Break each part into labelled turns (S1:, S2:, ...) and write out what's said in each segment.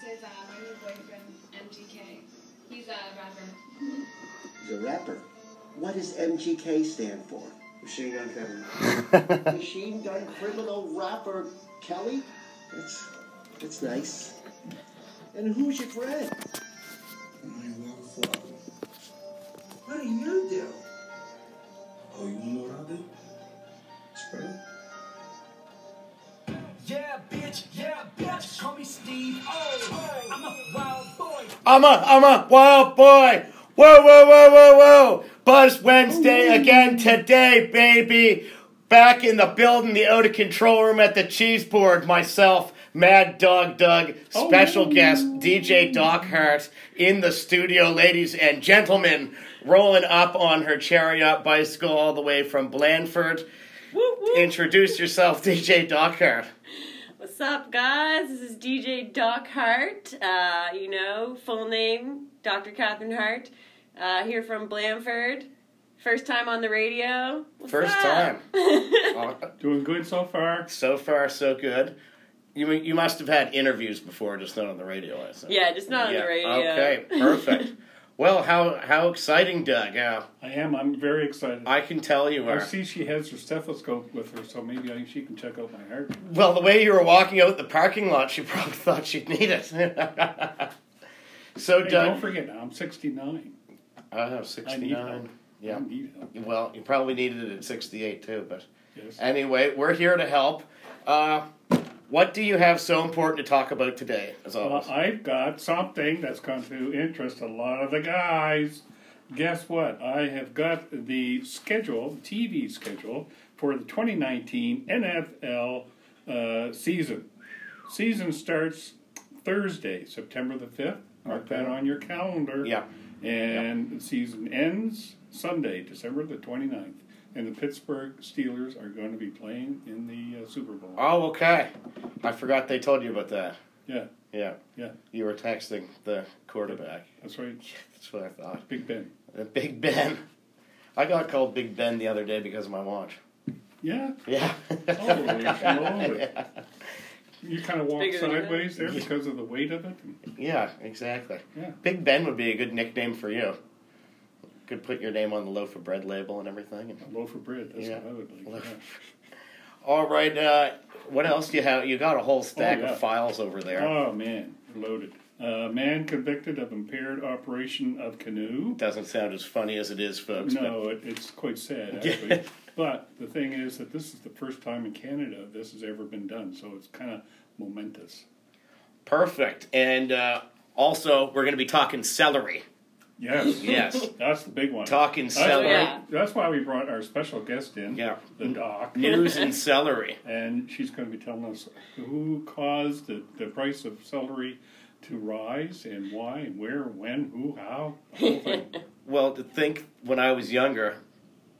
S1: uh, boyfriend, MGK. He's a rapper.
S2: He's a rapper. What does MGK stand for?
S3: Machine Gun Kelly.
S2: Machine Gun Criminal Rapper Kelly? That's, that's nice. And who's your friend?
S3: My love father. What do you do? Oh, you know what I do? Spread.
S4: Yeah, bitch, yeah, bitch. Call me Steve. Oh, I'm a wild boy.
S5: I'm a I'm a wild boy. Whoa, whoa, whoa, whoa, whoa. Buzz Wednesday again today, baby. Back in the building, the out of control room at the Cheeseboard. Myself, Mad Dog Doug, special guest DJ Doc Hart in the studio, ladies and gentlemen, rolling up on her chariot bicycle all the way from Blandford. Introduce yourself, DJ Doc Hart.
S6: What's up, guys? This is DJ Doc Hart. Uh, you know, full name Dr. Catherine Hart. Uh, here from Blandford. First time on the radio. What's
S5: First
S6: up?
S5: time. Uh,
S7: Doing good so far.
S5: So far, so good. You you must have had interviews before, just not on the radio. I assume.
S6: yeah, just not on the radio.
S5: Okay, perfect. well, how how exciting, Doug? Uh,
S7: I am. I'm very excited. I,
S5: I can tell you are.
S7: see she has her stethoscope with her, so maybe I, she can check out my heart.
S5: Well, the way you were walking out the parking lot, she probably thought she'd need it. so,
S7: Hey, don't
S5: Doug,
S7: forget, I'm 69.
S5: I have
S7: I need
S5: sixty
S7: help.
S5: nine. Yeah.
S7: I need help.
S5: Well, you probably needed it at sixty eight too, but
S7: Yes.
S5: anyway, we're here to help. Uh, what do you have so important to talk about today? As
S7: Well,
S5: always,
S7: I've got something that's going to interest a lot of the guys. Guess what? I have got the schedule, TV schedule, for the 2019 NFL uh, season. Season starts Thursday, September the 5th. Mark that on your calendar.
S5: Yeah.
S7: And the season ends Sunday, December the 29th. And the Pittsburgh Steelers are going to be playing in the uh, Super Bowl.
S5: oh, okay. I forgot they told you about that.
S7: Yeah,
S5: Yeah.
S7: yeah,
S5: You were texting the quarterback.
S7: that's right.
S5: That's what I thought.
S7: Big Ben.
S5: Uh, Big Ben. I got called Big Ben the other day because of my watch.
S7: Yeah.
S5: Yeah.
S7: Oh, yeah. You kind of walk
S6: bigger than you
S7: sideways there because of the weight of it.
S5: yeah, exactly.
S7: Yeah.
S5: Big Ben would be a good nickname for you. Could put your name on the loaf of bread label and everything.
S7: A loaf of bread. That's
S5: Yeah.
S7: what I would like.
S5: Loaf
S7: yeah.
S5: All right. Uh, what else do you have? You got a whole stack
S7: Oh, yeah.
S5: of files over there.
S7: Oh man, loaded. Uh, man convicted of impaired operation of canoe.
S5: Doesn't sound as funny as it is, folks.
S7: No, it, it's quite sad actually. but the thing is that this is the first time in Canada this has ever been done, so it's kind of momentous.
S5: But perfect. And uh, also, we're going to be talking celery.
S7: Yes.
S5: Yes.
S7: That's the big one.
S5: talking
S7: That's why,
S5: celery.
S6: yeah.
S7: that's why we brought our special guest in.
S5: Yeah.
S7: The doc.
S5: News and celery.
S7: and she's going to be telling us who caused the, the price of celery to rise and why and where, when, who, how. The whole thing.
S5: Well, to think when I was younger,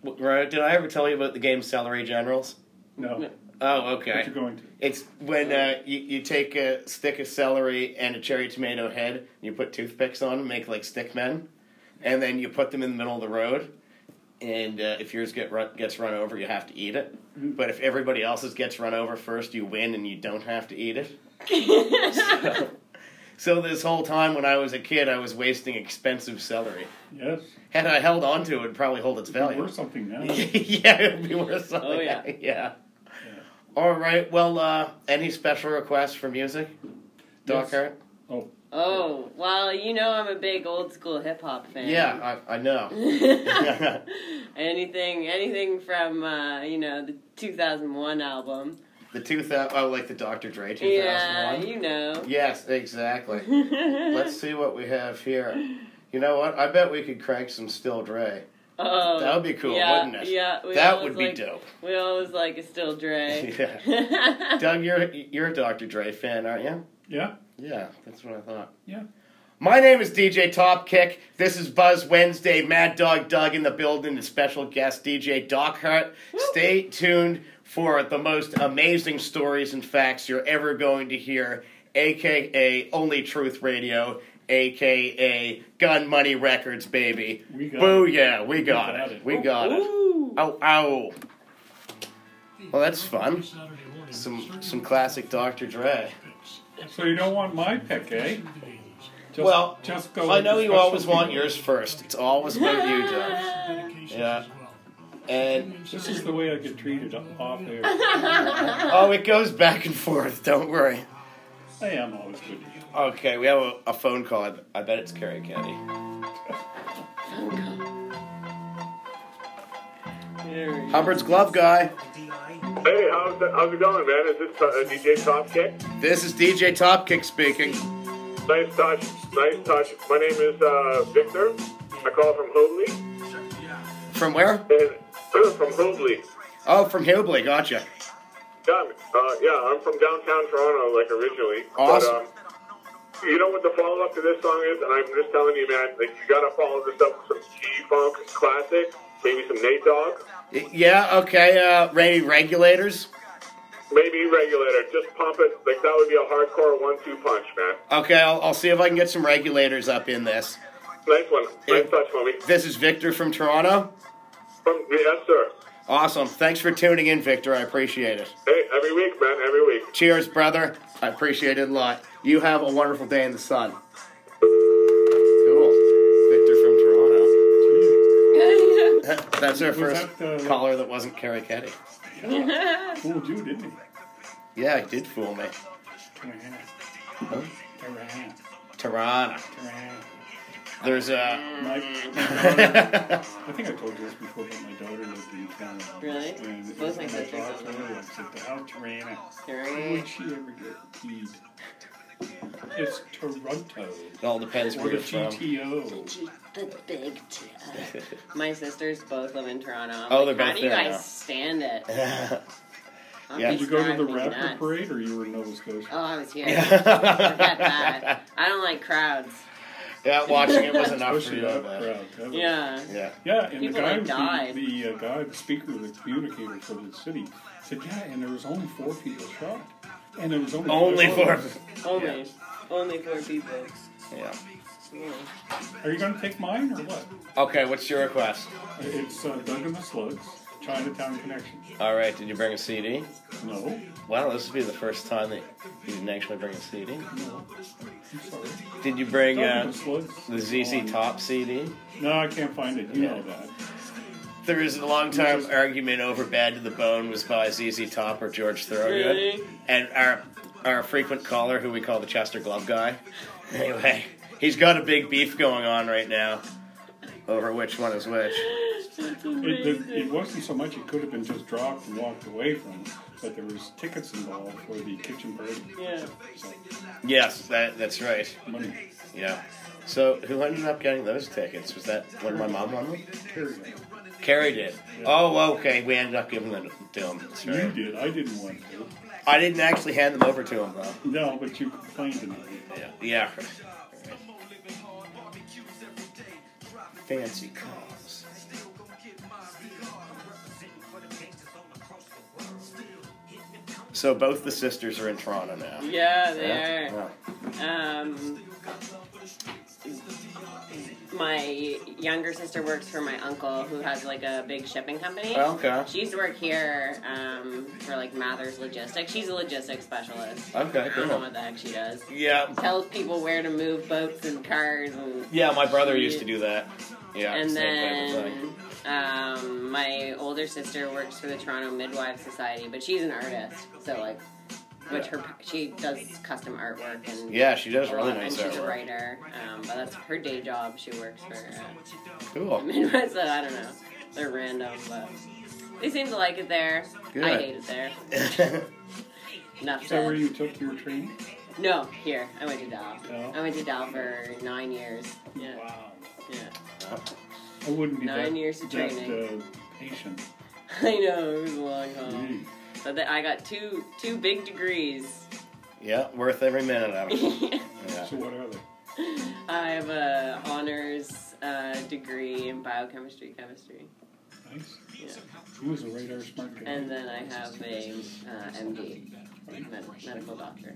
S5: w- right, did I ever tell you about the game Celery Generals?
S7: No,
S5: Oh,
S7: but
S5: okay.
S7: you're going to.
S5: It's when uh, you, you take a stick of celery and a cherry tomato head, and you put toothpicks on them, make like stick men, and then you put them in the middle of the road. And uh, if yours get run, gets run over, you have to eat it. But if everybody else's gets run over first, you win and you don't have to eat it. so, so this whole time when I was a kid, I was wasting expensive celery.
S7: Yes,
S5: Had I held on to it, would probably hold its
S7: We're
S5: value.
S7: something now.
S5: yeah, it would be worth something.
S6: Oh, yeah.
S5: yeah. All right. Well, uh, any special requests for music, Doc
S7: Yes.
S5: Hart?
S7: Oh,
S6: Oh, well, you know I'm a big old school hip hop fan.
S5: Yeah, I, I know.
S6: anything, anything from uh, you know the 2001 album.
S5: The two thousand. Oh, like the Dr. Dre two
S6: Yeah,
S5: thousand one.
S6: you know.
S5: Yes, exactly. Let's see what we have here. You know what? I bet we could crank some Still Dre.
S6: Oh,
S5: That would be cool,
S6: yeah,
S5: wouldn't it?
S6: Yeah, we
S5: that
S6: always
S5: would be
S6: like-
S5: dope.
S6: We always like a still Dre.
S5: Yeah. Doug, you're you're a Dr. Dre fan, aren't you?
S7: yeah,
S5: Yeah, that's what I thought.
S7: yeah.
S5: My name is DJ Topkick. This is Buzz Wednesday. Mad Dog Doug in the building and special guest DJ Doc Hart. Stay tuned for the most amazing stories and facts you're ever going to hear, aka Only Truth Radio, aka Gun Money Records, baby.
S7: We got
S5: Boo
S7: it.
S5: yeah, we got,
S7: got
S5: it.
S7: it.
S5: We got it.
S6: Ooh.
S5: Ow ow. Well that's fun. Some some classic Dr. Dre.
S7: So you don't want my pick, eh? Just,
S5: Well,
S7: just go.
S5: I
S7: with
S5: know
S7: the
S5: you
S7: special
S5: always want
S7: people.
S5: yours first. It's always about you, Joe.
S4: medications
S5: Yeah.
S4: as well.
S5: And
S7: This is the way I get treated off air.
S5: oh, it goes back and forth. Don't worry.
S7: I am always good. to you.
S5: Okay, we have a, a phone call. I, I bet it's Carrie Caddy. Hubbard's glove guy.
S8: Hey, how's, the, how's it going, man? Is this uh, DJ Topkick?
S5: This is DJ Topkick speaking.
S8: Nice touch, nice touch. My name is uh, Victor. I call from Hobley,
S5: From where?
S8: and from Hobley.
S5: Oh, from Hillbley. Gotcha.
S8: Yeah, uh, yeah, I'm from downtown Toronto, like originally.
S5: Awesome.
S8: But, um, you know what the follow up to this song is, and I'm just telling you, man. Like you gotta follow this up with some G Funk classic, maybe some Nate Dogg,
S5: Y- Yeah. Okay. Uh, Ray regulators.
S8: maybe Regulator. Just pump it. Like that would be a hardcore one-two punch, man.
S5: Okay, I'll, I'll see if I can get some regulators up in this.
S8: Nice one. Nice
S5: Yeah.
S8: touch, homie.
S5: This is Victor from Toronto.
S8: From yes, sir.
S5: Awesome. Thanks for tuning in, Victor. I appreciate it.
S8: Hey, every week, man. Every week.
S5: Cheers, brother. I appreciate it a lot. You have a wonderful day in the sun. Cool. Victor from Toronto. That- That's our
S7: Was
S5: first
S7: that, uh,
S5: caller that wasn't Carrie Ketty.
S7: Fooled you, didn't he?
S5: Yeah, it did fool me.
S7: Tarana. Tarana.
S5: Toronto.
S7: Tarana.
S5: There's a.
S7: My, my daughter, I think I told you this before, but my daughter lived in Canada.
S6: Really?
S7: And
S6: Both my
S7: and
S6: sisters
S7: daughter
S6: live in
S7: lives at the house Tarana.
S6: Tarana.
S7: Would she ever get peed? It's Toronto.
S5: It all depends
S7: Or
S5: where
S7: the
S5: you're from.
S7: GTO.
S6: The big t- My sisters both live in Toronto. I'm
S5: Oh,
S6: like,
S5: they're
S6: How
S5: both
S6: do you
S5: there
S6: guys
S5: now."
S6: stand it? Hockey's
S5: Yeah.
S7: Did you go to the
S6: driving me
S7: Raptor
S6: nuts.
S7: Parade or you were in Nova Scotia?
S6: Oh, I was here. Forget that. I don't like crowds.
S5: Yeah, watching it was enough for
S7: Especially
S5: you.
S7: that
S5: man.
S7: crowd. That was-
S6: Yeah.
S5: Yeah.
S7: Yeah, and
S6: People,
S7: the guy,
S6: like,
S7: was
S6: died.
S7: The, the uh, guy, the speaker, the communicator for the city said, yeah, and there was only four people shot, and there was only
S5: Only for.
S6: Only. Only four people.
S5: Yeah.
S6: Yeah.
S7: Are you going to take mine or what?
S5: Okay, what's your request?
S7: It's uh, Duncan the Slugs, Chinatown Connection.
S5: All right, did you bring a CD?
S7: No,
S5: Wow, this would be the first time that you didn't actually bring a CD.
S7: no, I'm sorry.
S5: Did you bring
S7: Duncan
S5: uh,
S7: the Slugs.
S5: the
S7: is on-
S5: ZZ Top CD?
S7: No, I can't find it. You
S5: Yeah.
S7: know that.
S5: There is a long time argument over Bad to the Bone was by ZZ Top or George Thorogood.
S6: Really?
S5: And our our frequent caller, who we call the Chester Glove Guy, anyway, he's got a big beef going on right now over which one is which.
S7: It, it, it wasn't so much. It could have been just dropped and walked away from, but there was tickets involved for the kitchen party.
S6: Yeah.
S7: So,
S5: Yes, that that's right.
S7: money.
S5: Yeah. So who ended up getting those tickets? Was that when my mom won them?
S7: Carry it.
S5: Carrie did. Oh, okay. We ended up giving them to him. That's
S7: You
S5: right.
S7: did. I didn't want to.
S5: I didn't actually hand them over to him though.
S7: No, but you complained to me.
S5: Yeah. Yeah. Fancy cars. So both the sisters are in Toronto now. Yeah?
S6: Yeah, they are. Um, my younger sister works for my uncle who has like a big shipping company.
S5: Oh, Yeah. Okay.
S6: She used to work here um, for like Mathers Logistics. She's a logistics specialist.
S5: Okay,
S6: I don't know
S5: cool.
S6: what the heck she does.
S5: Yeah.
S6: Tells people where to move boats and cars and
S5: Yeah, my brother used to do that. Yeah.
S6: and
S5: same type of
S6: then um, my older sister works for the Toronto Midwives Society, but she's an artist, so like, but her she does custom artwork and
S5: thing. Yeah, she does
S6: a
S5: really
S6: lot,
S5: nice
S6: and Oh, she's a
S5: artwork.
S6: writer, um, but that's her day job. She works for uh,
S5: Cool.
S6: Midwives. So I don't know, they're random, but they seem to like it there. I
S5: Good.
S6: hate it there. Enough
S7: Is that where
S6: said.
S7: you took your training?
S6: No, here I went to Dow.
S7: Dow?
S6: I went to Dow for nine years. Yeah,
S7: Wow.
S6: yeah.
S7: I wouldn't be
S6: Nine
S7: that,
S6: years of
S7: that,
S6: training. Oh.
S7: Uh, patient.
S6: I know it was a long haul.
S5: Mm-hmm.
S7: Mm.
S6: So that I got two two big degrees.
S5: yeah, worth every minute of it. Yeah.
S7: So what are they?
S6: I have a honors uh, degree in biochemistry, chemistry,
S7: Nice.
S6: yeah.
S7: He was a radar smart guy.
S6: and then I have a uh, MD, med- medical doctor.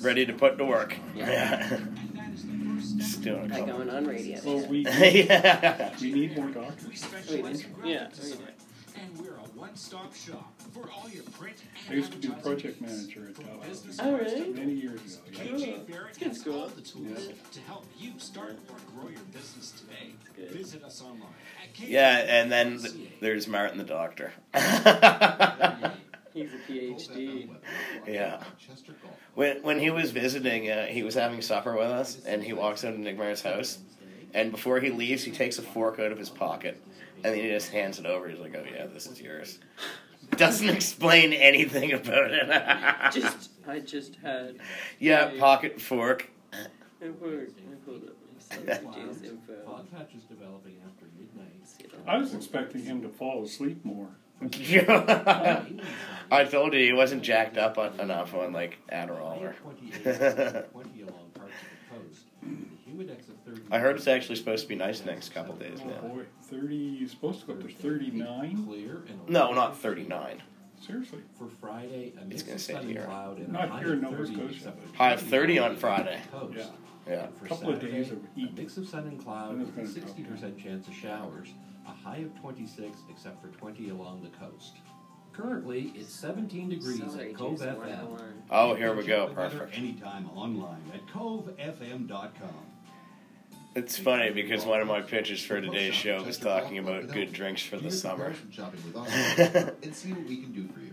S5: Ready to put to work.
S6: Yeah.
S5: Yeah. Just doing a
S6: Like
S5: couple.
S6: going on radio.
S7: Well, we
S5: yeah.
S7: we need more doctors.
S6: We did. Yeah. we did.
S7: I used to be project manager at Dow
S6: Oh really?
S7: many years ago. Yeah.
S9: Spirit
S2: Good
S9: has
S2: school.
S9: all the tools to help you start or grow your business today. Visit us online at
S5: Yeah, and then th- there's Mart and the Doctor.
S10: He's a PhD.
S5: Yeah. when when he was visiting, uh, he was having supper with us, and he walks into Nick Mart's house, and before he leaves, he takes a fork out of his pocket, and then he just hands it over. He's like, "Oh yeah, this is yours." Doesn't explain anything about it.
S10: Just I just had
S5: yeah, pocket fork.
S10: and where- I pulled up my subsidies info.
S9: Podcatch is developing after midnight.
S7: I was expecting him to fall asleep more.
S5: I told you he wasn't jacked up on, enough on like Adderall. Or... I heard it's actually supposed to be nice next couple days
S7: Oh
S5: now.
S7: boy, thirty. You're supposed to go up to thirty-nine.
S9: Clear and
S5: No, not 39.
S7: Seriously,
S9: For Friday, a mix
S5: gonna
S9: of
S5: say
S9: sun and
S5: here.
S9: cloud and
S7: Not
S9: a high
S7: here in
S9: of
S7: Nova
S9: 30
S7: Scotia.
S9: except for
S5: High of 30 on Friday.
S9: coast.
S7: Yeah.
S5: Yeah.
S9: For
S7: Couple of
S9: Saturday,
S7: days of heat.
S9: A mix of sun and cloud
S7: And it's
S9: with a
S7: gonna drop
S9: 60% chance of showers, a high of 26 except for 20 along the coast. Currently, it's 17 degrees
S10: Sorry,
S9: at Cove
S10: Jason,
S9: FM.
S10: we're not one.
S5: Oh, here we
S9: Check
S5: go.
S9: the weather
S5: Perfect.
S9: Anytime online at covefm.com.
S5: It's funny because one of my pitches for today's show was talking about good drinks for the summer.
S9: Shopping with us and see what we can do for you.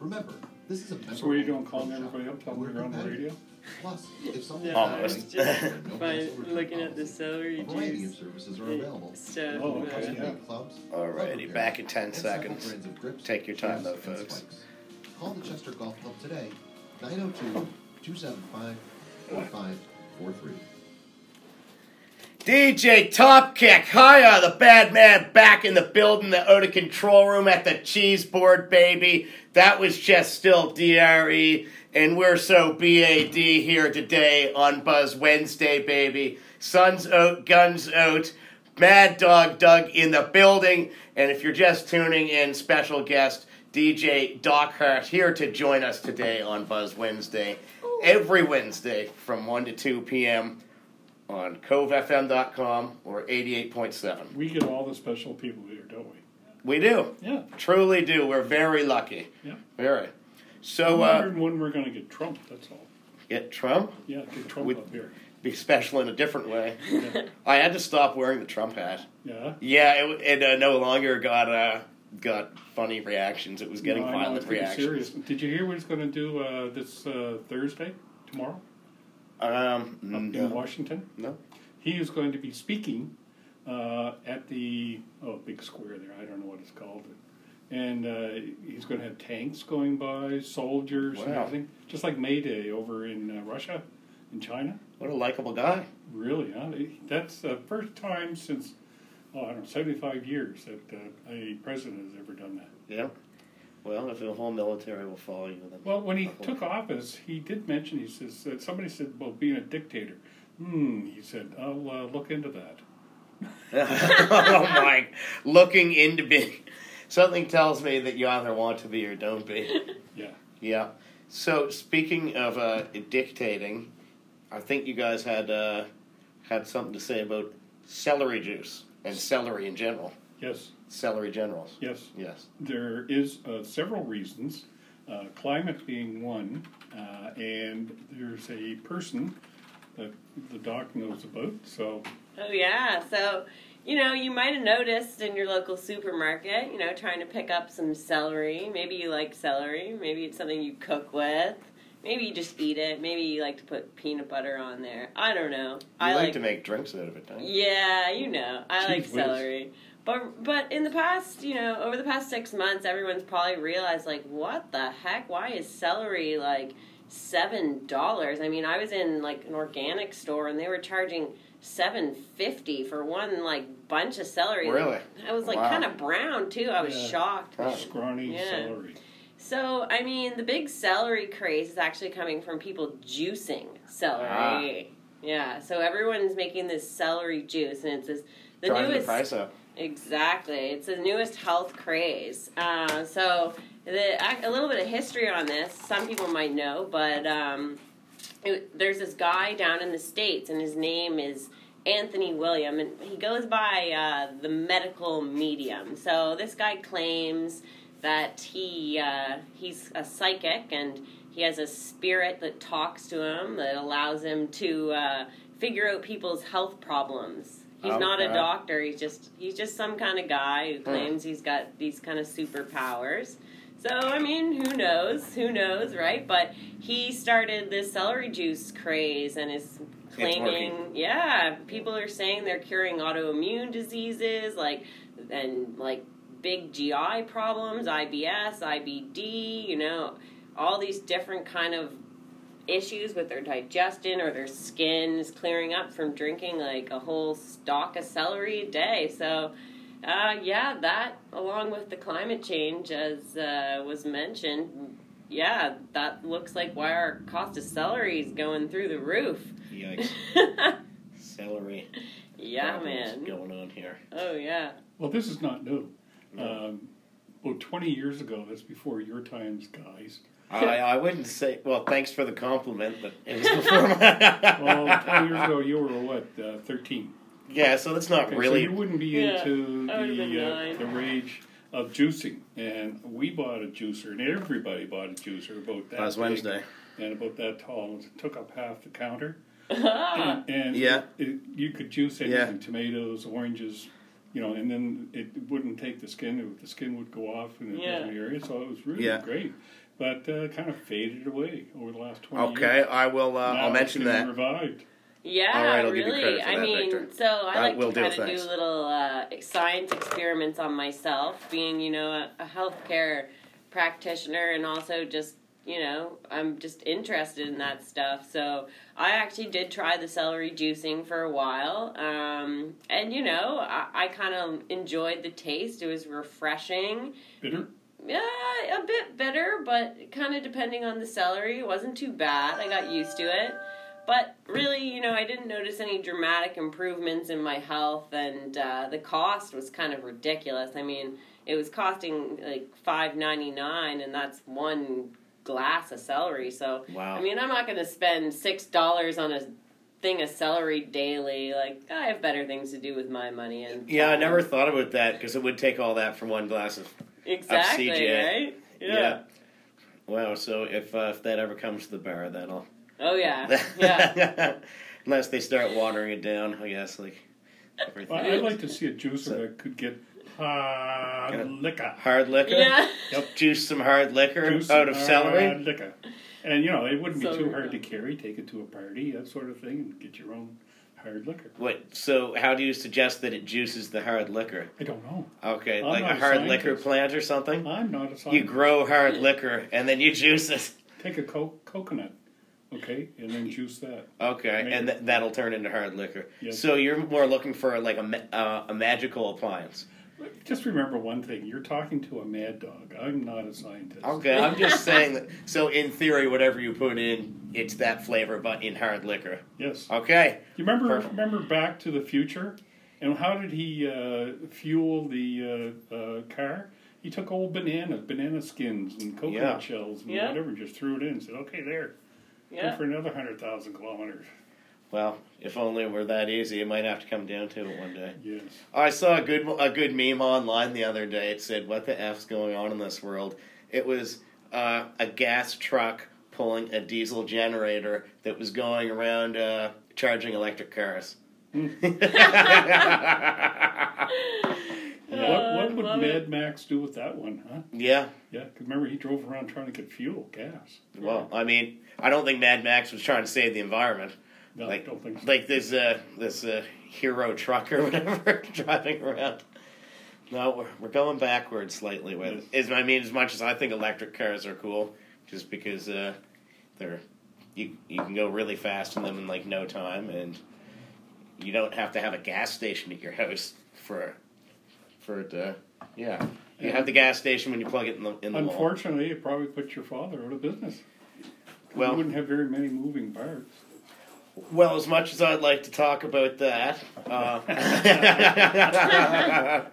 S9: Remember, this is a member
S7: So what are you doing, calling everybody up, telling them you're on the radio?
S9: Plus, if someone
S10: No, I was
S5: Almost.
S10: just find, looking at the celery
S9: a variety of
S10: juice
S9: services are
S10: Yeah.
S9: available.
S10: stuff.
S7: Oh,
S10: uh,
S7: okay. Yeah.
S9: Clubs,
S5: Alrighty, back in 10
S9: and several
S5: seconds.
S9: brands of grips,
S5: Take your time,
S9: shoes,
S5: though,
S9: and
S5: folks.
S9: spikes. Call the Chester Golf Club today, 902 275 4543.
S5: DJ Top Kick, hiya, uh, the bad man back in the building, the out of control room at the cheese board, baby. That was just still DRE, and we're so BAD here today on Buzz Wednesday, baby. Sun's out, guns out, Mad Dog Doug in the building, and if you're just tuning in, special guest DJ Dockhart here to join us today on Buzz Wednesday, every Wednesday from 1 to 2 p.m on covefm.com or 88.7.
S7: We get all the special people here, don't we?
S5: We do.
S7: Yeah.
S5: Truly do. We're very lucky.
S7: Yeah.
S5: Very.
S7: I'm
S5: So, uh,
S7: wondering when we're going to get Trump. That's all.
S5: get Trump?
S7: Yeah, get Trump
S5: With-
S7: up here.
S5: Be special in a different way.
S7: Yeah.
S5: I had to stop wearing the Trump hat.
S7: yeah.
S5: Yeah, it, it uh, no longer got uh, got funny reactions. It was getting
S7: No, I know,
S5: violent
S7: it's pretty
S5: reactions.
S7: serious. Did you hear what he's going to do uh, this uh, Thursday, tomorrow,
S5: Um,
S7: up in
S5: no.
S7: Washington?
S5: No.
S7: He is going to be speaking uh, at the oh big square there. I don't know what it's called, and uh, he's going to have tanks going by, soldiers, and
S5: Wow.
S7: everything, just like May Day over in uh, Russia, in China.
S5: What a likable guy.
S7: Really, huh? That's the first time since oh I don't know seventy five years that uh, a president has ever done that.
S5: Yeah. Well, if the whole military will follow you, then.
S7: Well, when he
S5: the whole-
S7: took office, he did mention he says that somebody said about being a dictator. Hmm, he said, I'll uh, look into that.
S5: oh my! Looking into being, something tells me that you either want to be or don't be.
S7: Yeah.
S5: Yeah. So speaking of uh, dictating, I think you guys had uh, had something to say about celery juice and celery in general.
S7: Yes.
S5: Celery generals.
S7: Yes.
S5: Yes.
S7: There is uh, several reasons, uh, climate being one, uh, and there's a person that the doc knows about. So
S6: Oh yeah. So, you know, you might have noticed in your local supermarket, you know, trying to pick up some celery. Maybe you like celery. Maybe it's something you cook with. Maybe you just eat it. Maybe you like to put peanut butter on there. I don't know.
S5: You
S6: I
S5: like, to make drinks out of it, don't you?
S6: Yeah, you know, I
S7: Jeez
S6: like
S7: whiz.
S6: celery. But but in the past, you know, over the past six months, everyone's probably realized like, what the heck? Why is celery like seven dollars? I mean, I was in like an organic store and they were charging seven fifty for one like bunch of celery.
S5: Really?
S6: I was like
S5: Wow.
S6: kind of brown too. I was
S7: Yeah.
S6: shocked.
S5: Wow.
S7: scrawny
S6: Yeah.
S7: celery.
S6: So, I mean, the big celery craze is actually coming from people juicing celery. Yeah, so everyone's making this celery juice, and it's this the
S5: Driving
S6: newest
S5: the price up.
S6: exactly. It's the newest health craze. Uh, so, the, ac- a little bit of history on this. Some people might know, but um, it, there's this guy down in the states, and his name is Anthony William, and he goes by uh, the medical medium. So this guy claims that he uh, he's a psychic and He has a spirit that talks to him that allows him to uh, figure out people's health problems. He's not a
S5: Okay.
S6: doctor. He's just he's just some kind of guy who
S5: Hmm.
S6: claims he's got these kind of superpowers. So I mean, who knows? Who knows, right? But he started this celery juice craze and is claiming,
S5: working.
S6: yeah, people are saying they're curing autoimmune diseases like and like big GI problems, IBS, IBD, you know, all these different kind of issues with their digestion or their skin is clearing up from drinking like a whole stalk of celery a day. So, uh, yeah, that along with the climate change, as uh, was mentioned, yeah, that looks like why our cost of celery is going through the roof.
S5: Yikes. Celery.
S6: yeah,
S5: problems
S6: man.
S5: going on here?
S6: Oh, yeah.
S7: Well, this is not new. Um, well, 20 years ago, that's before your times, guys.
S5: I, I wouldn't say. Well, thanks for the compliment, but it was before. My,
S7: Well, 20 years ago, you were what, uh, 13?
S5: yeah, so that's not
S7: Okay,
S5: really.
S7: So you wouldn't be
S6: Yeah,
S7: into
S6: I would've been
S7: the, uh,
S6: nine.
S7: the rage of juicing. And we bought a juicer, and everybody bought a juicer about that.
S5: Last
S7: big
S5: Wednesday.
S7: And about that tall. It took up half the counter.
S6: Ah,
S7: and
S5: Yeah.
S7: it, you could juice anything,
S5: Yeah.
S7: tomatoes, oranges, you know, and then it wouldn't take the skin. It, the skin would go off in a
S6: Yeah.
S7: different area, so it was really
S5: Yeah.
S7: great. But uh, kind of faded away over the last twenty
S5: Okay,
S7: years.
S5: I will. Uh,
S7: Now
S5: I'll
S7: it's
S5: mention
S7: getting
S5: that.
S7: Revived.
S6: Yeah,
S5: All right, I'll give you
S6: really.
S5: credit for
S6: I
S5: that,
S6: mean,
S5: Victor.
S6: so I
S5: Uh,
S6: like
S5: will
S6: to try
S5: do,
S6: to
S5: thanks.
S6: do little uh, science experiments on myself, being you know a, a healthcare practitioner, and also just you know I'm just interested in that stuff. So I actually did try the celery juicing for a while, um, and you know I, I kind of enjoyed the taste. It was refreshing.
S7: Bitter.
S6: Yeah, a bit bitter, but kind of depending on the celery. It wasn't too bad. I got used to it. But really, you know, I didn't notice any dramatic improvements in my health, and uh, the cost was kind of ridiculous. I mean, it was costing like five ninety nine, and that's one glass of celery. So,
S5: Wow.
S6: I mean, I'm not going to spend six dollars on a thing of celery daily. Like, I have better things to do with my money. And
S5: Yeah, I never thought about that because it would take all that for one glass of.
S6: exactly
S5: CJ.
S6: right.
S5: Wow. So if uh, if that ever comes to the bar, then I'll.
S6: Oh yeah, yeah.
S5: Unless they start watering it down, I guess. Like everything.
S7: Well, I'd like to see a juicer
S5: So-
S7: that could get hard
S5: Yeah.
S7: liquor.
S5: hard liquor.
S6: Yeah.
S5: Yep. Juice some hard liquor
S7: Juice
S5: out
S7: and
S5: of
S7: hard
S5: celery.
S7: liquor. And you know, it wouldn't be
S6: Celery,
S7: too hard to
S6: yeah.
S7: carry. Take it to a party, that sort of thing, and get your own hard liquor.
S5: Wait. So how do you suggest that it juices the hard liquor?
S7: I don't know.
S5: Okay,
S7: I'm
S5: like
S7: not
S5: a
S7: a
S5: hard liquor
S7: scientist.
S5: plant or something.
S7: I'm not a
S5: You
S7: scientist.
S5: grow hard liquor and then you juice it.
S7: Take a co- coconut, okay, and then juice that.
S5: Okay, and th- that'll turn into hard liquor.
S7: Yes.
S5: So you're more looking for like a ma- uh, a magical appliance.
S7: Just remember one thing: you're talking to a mad dog. I'm not a scientist.
S5: Okay, I'm just saying that. So in theory, whatever you put in, it's that flavor, but in hard liquor.
S7: Yes.
S5: Okay.
S7: You remember
S5: Uh, Perfect.
S7: remember Back to the Future, and how did he uh, fuel the uh, uh, car? He took old bananas, banana skins, and coconut
S5: Yeah.
S7: shells and
S6: Yeah.
S7: whatever, and just threw it in. and Said, "Okay, there, go
S6: Yeah.
S7: for another hundred thousand kilometers."
S5: Well, if only it were that easy, it might have to come down to it one day.
S7: Yes.
S5: I saw a good a good meme online the other day. It said, "What the f's going on in this world?" It was uh, a gas truck pulling a diesel generator that was going around uh, charging electric cars.
S6: Uh,
S7: what what would
S6: love
S7: Mad
S6: it.
S7: Max do with that one, huh?
S5: yeah.
S7: Yeah, 'cause remember he drove around trying to get fuel, gas.
S5: Well, I mean, I don't think Mad Max was trying to save the environment.
S7: No,
S5: like,
S7: I don't think so.
S5: like this uh, this uh, hero truck or whatever driving around. No, we're, we're going backwards slightly with. Is I mean, as much as I think electric cars are cool, just because uh, they're you you can go really fast in them in like no time, and you don't have to have a gas station at your house for for it. To, yeah, you have the gas station when you plug it in the in the wall.
S7: Unfortunately, it probably put your father out of business. Well,
S5: Well-
S7: you wouldn't have very many moving parts.
S5: Well, as much as I'd like to talk about that, uh,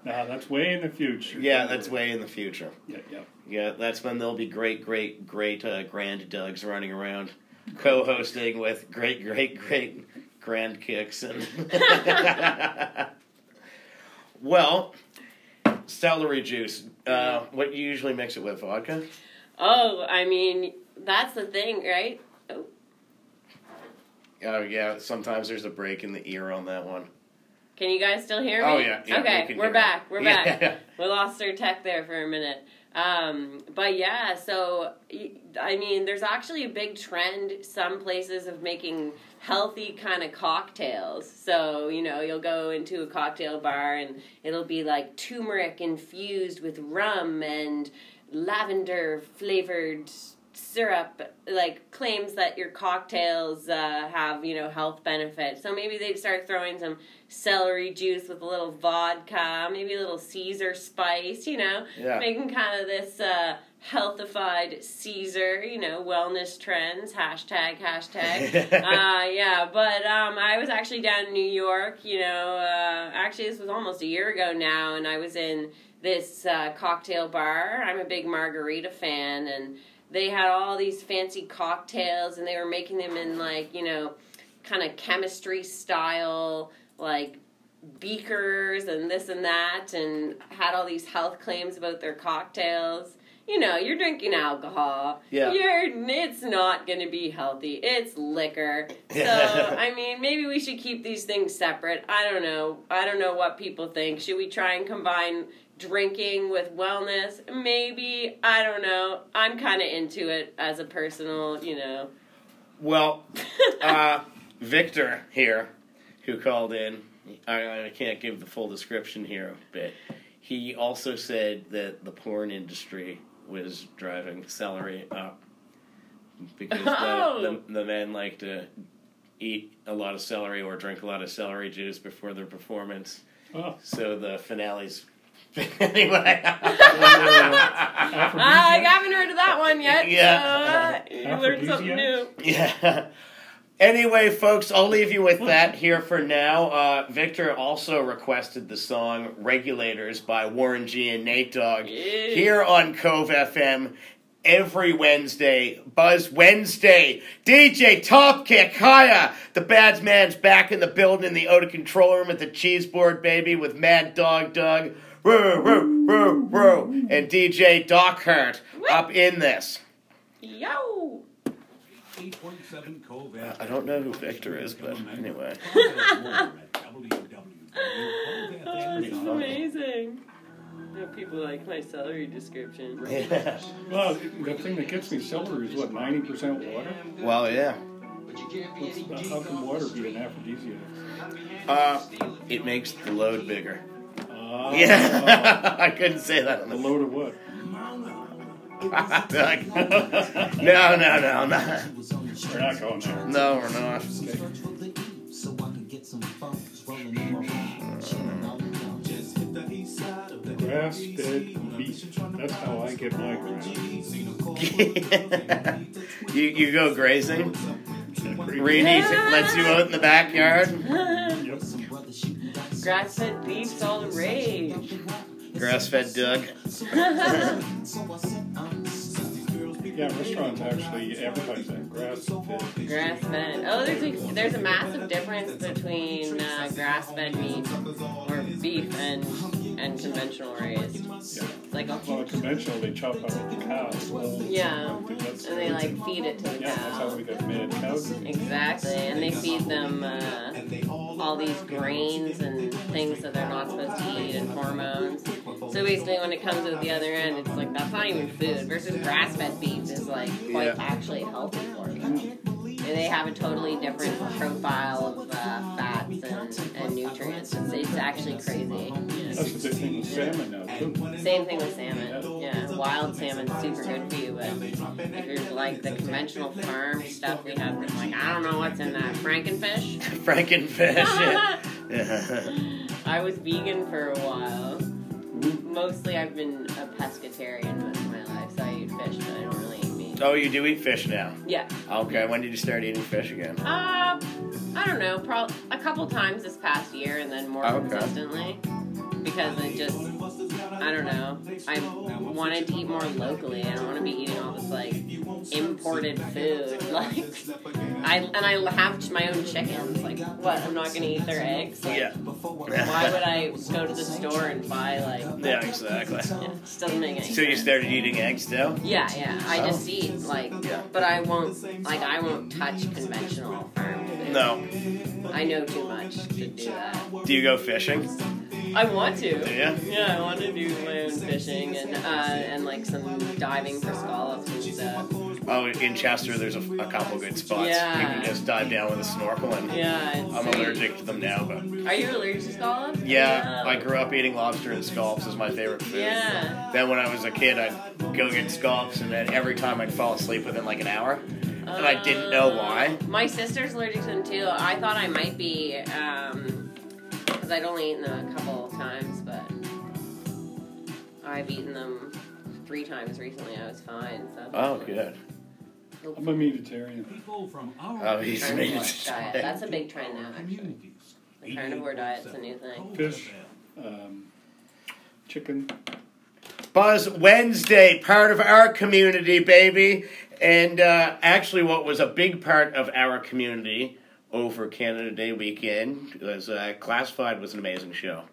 S7: Now that's way in the future.
S5: yeah, that's way in the future.
S7: Yeah, yeah.
S5: Yeah, that's when there'll be great, great, great uh, grand Dougs running around, co-hosting with great, great, great grand kicks and. well, celery juice. Uh, what you usually mix it with? Vodka.
S6: Oh, I mean, that's the thing, right? Oh,
S5: Oh yeah, sometimes there's a break in the ear on that one.
S6: can you guys still hear me?
S5: Oh yeah. yeah,
S6: okay,
S5: we can
S6: we're
S5: hear
S6: back.
S5: it.
S6: We're
S5: Yeah.
S6: back. we lost our tech there for a minute. Um, but yeah, so y- I mean, there's actually a big trend some places of making healthy kind of cocktails. So you know, you'll go into a cocktail bar and it'll be like turmeric infused with rum and lavender flavored syrup like claims that your cocktails uh, have you know health benefits so maybe they'd start throwing some celery juice with a little vodka maybe a little caesar spice you know
S5: Yeah.
S6: making kind of this uh, healthified caesar you know wellness trends hashtag hashtag uh, yeah but um, i was actually down in new york you know uh, actually this was almost a year ago now and i was in this uh, cocktail bar i'm a big margarita fan and they had all these fancy cocktails and they were making them in like you know kind of chemistry style like beakers and this and that and had all these health claims about their cocktails you know you're drinking alcohol
S5: Yeah.
S6: you're it's not going to be healthy it's liquor so i mean maybe we should keep these things separate i don't know i don't know what people think should we try and combine drinking with wellness maybe i don't know i'm kind of into it as a personal you know
S5: Well, uh, Victor here, who called in, I, I can't give the full description here, but he also said that the porn industry was driving salary up because the,
S6: Oh.
S5: the, the men like to eat a lot of celery or drink a lot of celery juice before their performance.
S7: Oh.
S5: So the finales. anyway.
S6: Ah, I haven't heard of that one yet.
S5: Yeah.
S6: so, uh, you learned something new.
S5: Yeah. Anyway, folks, I'll leave you with that here for now. Uh, Victor also requested the song Regulators by Warren G and Nate Dogg here on Cove FM every Wednesday. Buzz Wednesday. DJ Top Kick, hiya! The Bads Man's back in the building in the Oda Control Room at the Cheese Board, baby, with Mad Dog Doug. Woo, woo, woo, woo. And DJ Doc Hurt up in this.
S6: Yo.
S9: 8.7 Cove
S5: I don't know who Victor is, but anyway.
S6: Oh, this
S9: That's
S6: is amazing. Yeah, people like my celery description.
S7: Well, the thing that gets me silver is what ninety percent water.
S5: Well, yeah.
S7: What's, how can water be an aphrodisiac?
S5: Uh, it makes the load bigger.
S7: Ah,
S5: Yeah, I couldn't say that on
S7: a
S5: the
S7: load of what?
S5: Like, no, no, no, no.
S7: We're not going there.
S5: No, we're not.
S7: Grass fed beef. That's how I get my grass.
S5: you you go grazing. Reedy lets you out in the backyard.
S7: Yep.
S6: Grass fed beef's all the rage.
S5: Grass fed Doug.
S7: Yeah, restaurants actually advertise that grass fed.
S6: Grass fed. Oh, there's a, there's a massive difference between uh, grass fed meat or beef and and conventional raised.
S7: Yeah.
S6: It's like a
S7: Well,
S6: whole.
S7: conventional they chop up the cow. Well,
S6: Yeah.
S7: I think that's-
S6: And they like feed it to the
S7: Yeah, that's how
S6: cow.
S7: we got mad cow.
S6: Exactly, and they feed them uh, all these grains and things that they're not supposed to eat and hormones. So basically, when it comes out the other end, it's like that's not even food. Versus grass-fed beef is like quite
S5: Yeah.
S6: actually healthy for you. And they have a totally different profile of uh, fats and, and nutrients. It's, it's actually crazy.
S7: That's the big thing with salmon now too.
S6: Same thing with salmon. Yeah, wild salmon's super good for you, but if you're like the conventional farm stuff we have, that's like I don't know what's in that frankenfish.
S5: Frankenfish. Yeah.
S6: I was vegan for a while. Mostly, I've been a pescatarian most of my life, so I eat fish, but I don't really eat meat.
S5: oh, you do eat fish now.
S6: Yeah.
S5: Okay, when did you start eating fish again?
S6: Uh, I don't know, probably a couple times this past year, and then more
S5: Oh, Okay.
S6: consistently because it just I don't know. I wanted to eat more locally. I don't want to be eating all this like imported food. Like I and I have my own chickens. Like what? I'm not gonna eat their eggs. Like,
S5: Yeah.
S6: Why would I go to the store and buy like?
S5: Yeah, exactly.
S6: It just doesn't make any
S5: So you started eating eggs too?
S6: Yeah, yeah. I
S5: Oh.
S6: just eat like, but I won't like I won't touch conventional farm.
S5: No.
S6: I know too much to do that.
S5: Do you go fishing?
S6: I want to.
S5: Do ya?
S6: Yeah, I want to do my own fishing and uh, and like some diving for scallops and stuff.
S5: Oh, in Chester, there's a, a couple good spots. You
S6: Yeah.
S5: can just dive down with a snorkel, and
S6: Yeah, it's
S5: I'm
S6: sweet.
S5: allergic to them now, but
S6: Are you allergic to scallops?
S5: yeah, I grew up eating lobster and scallops is my favorite food.
S6: Yeah.
S5: Then when I was a kid, I'd go get scallops, and then every time I'd fall asleep within like an hour, and I didn't know why.
S6: My sister's allergic to them too. I thought I might be, um, because I'd only eaten them a couple of times, but I've eaten them three times recently. I was fine. So
S5: Oh, good.
S7: I'm a vegetarian.
S9: People from our
S5: Oh, he's
S6: Carnivore
S5: made.
S6: diet. That's a big trend now. Actually,
S9: communities.
S6: the carnivore diet's a new thing.
S7: Fish, um, chicken.
S5: Buzz Wednesday, part of our community, baby. And uh, actually, what was a big part of our community over Canada Day weekend was uh, Classified was an amazing show.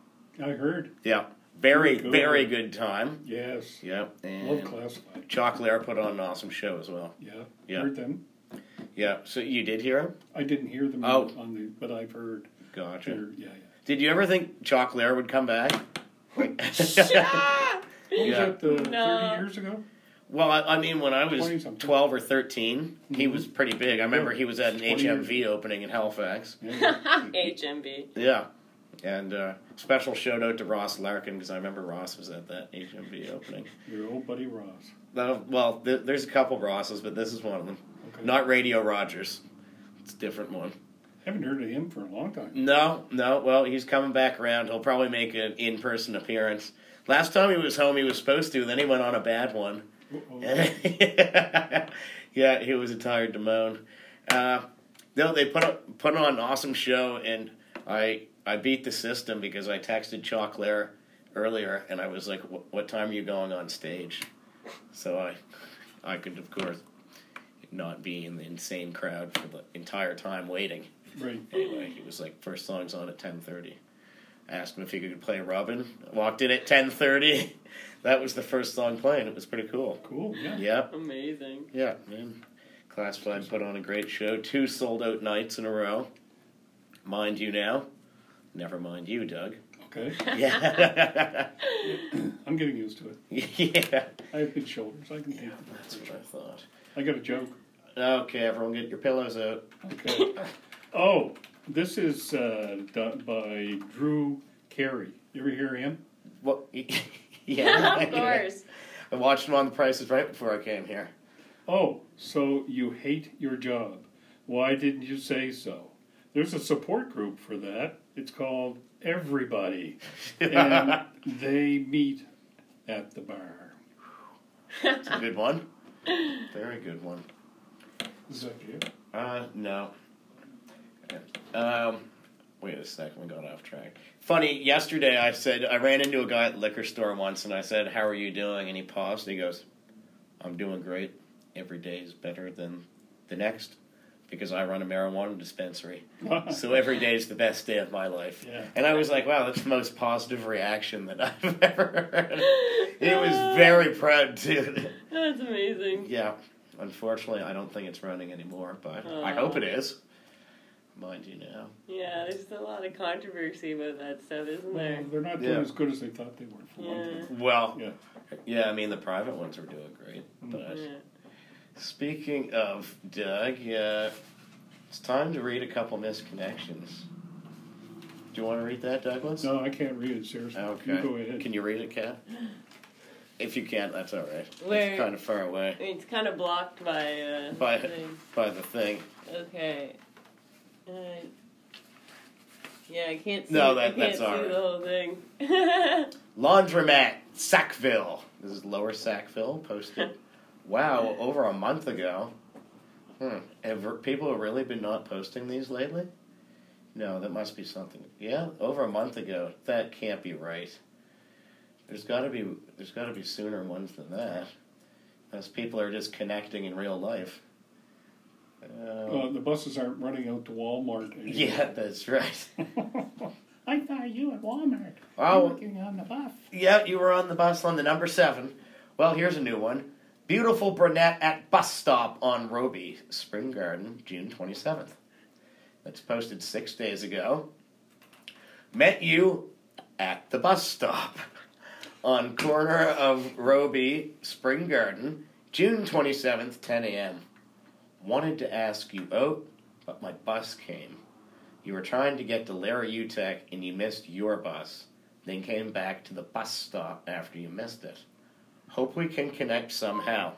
S7: I heard.
S5: Yeah, very,
S7: Very good.
S5: very good time.
S7: Yes.
S5: Yep.
S7: Love
S5: And
S7: classified.
S5: Chocolate put on an awesome show as well.
S7: Yeah.
S5: Yeah.
S7: Heard them.
S5: Yeah. So you did hear him?
S7: I didn't hear them
S5: Oh.
S7: on the, but I've heard.
S5: Gotcha.
S7: Yeah, yeah.
S5: Did you ever think Chocolate would come back?
S7: What was
S5: Yeah.
S7: that, uh,
S6: No.
S7: 30 years ago?
S5: Well, I, I mean, when I was
S7: 20-something.
S5: 12 or 13, he was pretty big. I remember
S7: Mm-hmm. Yeah.
S5: he was at an
S7: 20 years.
S5: HMV opening in Halifax.
S6: HMB.
S5: Yeah. And uh, special shout out to Ross Larkin because I remember Ross was at that HMV opening.
S7: Your old buddy Ross.
S5: Uh, well, th- there's a couple Rosses, but this is one of them.
S7: Okay.
S5: Not Radio Rogers. It's a different one.
S7: Haven't heard of him for a long time.
S5: No, no. Well, he's coming back around. He'll probably make an in person appearance. Last time he was home, he was supposed to. Then he went on a bad one.
S7: Uh-oh.
S5: yeah, he was a tired Damone. Uh, no, they put up, put on an awesome show, and I I beat the system because I texted Choclair earlier, and I was like, "Wh- "What time are you going on stage?" So I I could of course not be in the insane crowd for the entire time waiting.
S7: Right.
S5: Anyway, it was like first song's on at ten thirty. Asked him if he could play Robin. Walked in at ten thirty. That was the first song playing. It was pretty cool.
S7: Cool. Yeah.
S5: Yep.
S6: Amazing.
S5: Yeah, man. Classified put on a great show. Two sold out nights in a row. Mind you now. Never mind you, Doug.
S7: Okay.
S5: Yeah.
S7: I'm getting used to it.
S5: yeah.
S7: I have big shoulders. I can take it.
S5: That's what I thought.
S7: I got a joke.
S5: Okay, everyone get your pillows out.
S7: Okay. oh, this is uh, done by Drew Carey. You ever hear him?
S5: What? yeah.
S6: of course.
S5: I watched him on The Prices right before I came here.
S7: Oh, so you hate your job. Why didn't you say so? There's a support group for that. It's called Everybody. And they meet at the bar.
S5: It's a good one. Very good one.
S7: Is that you?
S5: Uh, no. Um, wait a second, we got off track. Funny, yesterday I said, I ran into a guy at the liquor store once and I said, How are you doing? And he paused and he goes, I'm doing great. Every day is better than the next because I run a marijuana dispensary. so every day is the best day of my life.
S7: Yeah.
S5: And I was like, Wow, that's the most positive reaction that I've ever heard. He was very proud, too.
S6: That's amazing.
S5: Yeah. Unfortunately, I don't think it's running anymore, but I hope it is. Mind you now.
S6: Yeah, there's a lot of controversy about that stuff, isn't
S7: Well,
S6: there?
S7: they're not doing
S5: Yeah.
S7: as good as they thought they were, for one thing.
S5: Well,
S7: Yeah. Mm-hmm.
S5: yeah, I mean, the private ones are doing great. But
S6: Yeah.
S5: speaking of Doug, uh, it's time to read a couple misconnections. Do you want to read that, Douglas?
S7: No, I can't read it, seriously.
S5: Okay.
S7: You go ahead.
S5: Can you read it, Kat? If you can't, that's all right.
S6: Where-
S5: It's kind of far away
S6: It's kind of blocked by. Uh,
S5: By-
S6: thing.
S5: by the thing.
S6: Okay. Uh, yeah, I can't see.
S5: No,
S6: I
S5: that-
S6: can't
S5: that's
S6: see
S5: all right.
S6: the whole thing.
S5: Laundromat Sackville. This is Lower Sackville posted. wow, over a month ago. Hmm. Have r- people really been not posting these lately? No, that must be something. Yeah, over a month ago. That can't be right. There's got to be there's got to be sooner ones than that. Those people are just connecting in real life.
S7: Uh,
S5: Um,
S7: the buses aren't running out to Walmart. anymore.
S5: yeah, that's right.
S7: I saw you at Walmart.
S5: Wow.
S7: Working on the bus.
S5: Yeah, you were on the bus on the number seven. Well, here's a new one. Beautiful brunette at bus stop on Roby, Spring Garden, June 27th. That's posted six days ago. Met you at the bus stop on corner of Roby, Spring Garden, June 27th, 10 a.m. Wanted to ask you out, but my bus came. You were trying to get to Larry Utech and you missed your bus then came back to the bus stop after you missed it. Hope we can connect somehow.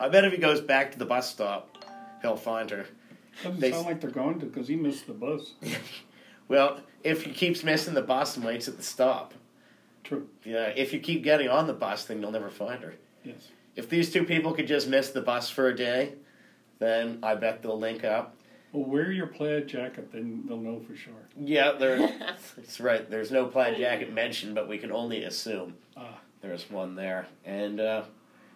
S5: I bet if he goes back to the bus stop, he'll find her.
S7: Doesn't
S5: They-
S7: sound like they're going to because he missed the bus.
S5: Well, if he keeps missing the bus and waits at the stop,
S7: True.
S5: yeah, if you keep getting on the bus, then you'll never find her.
S7: Yes.
S5: If these two people could just miss the bus for a day, then I bet they'll link up.
S7: Well, wear your plaid jacket, then they'll know for sure.
S5: Yeah, there. That's right. There's no plaid jacket mentioned, but we can only assume
S7: Ah.
S5: there's one there. And uh,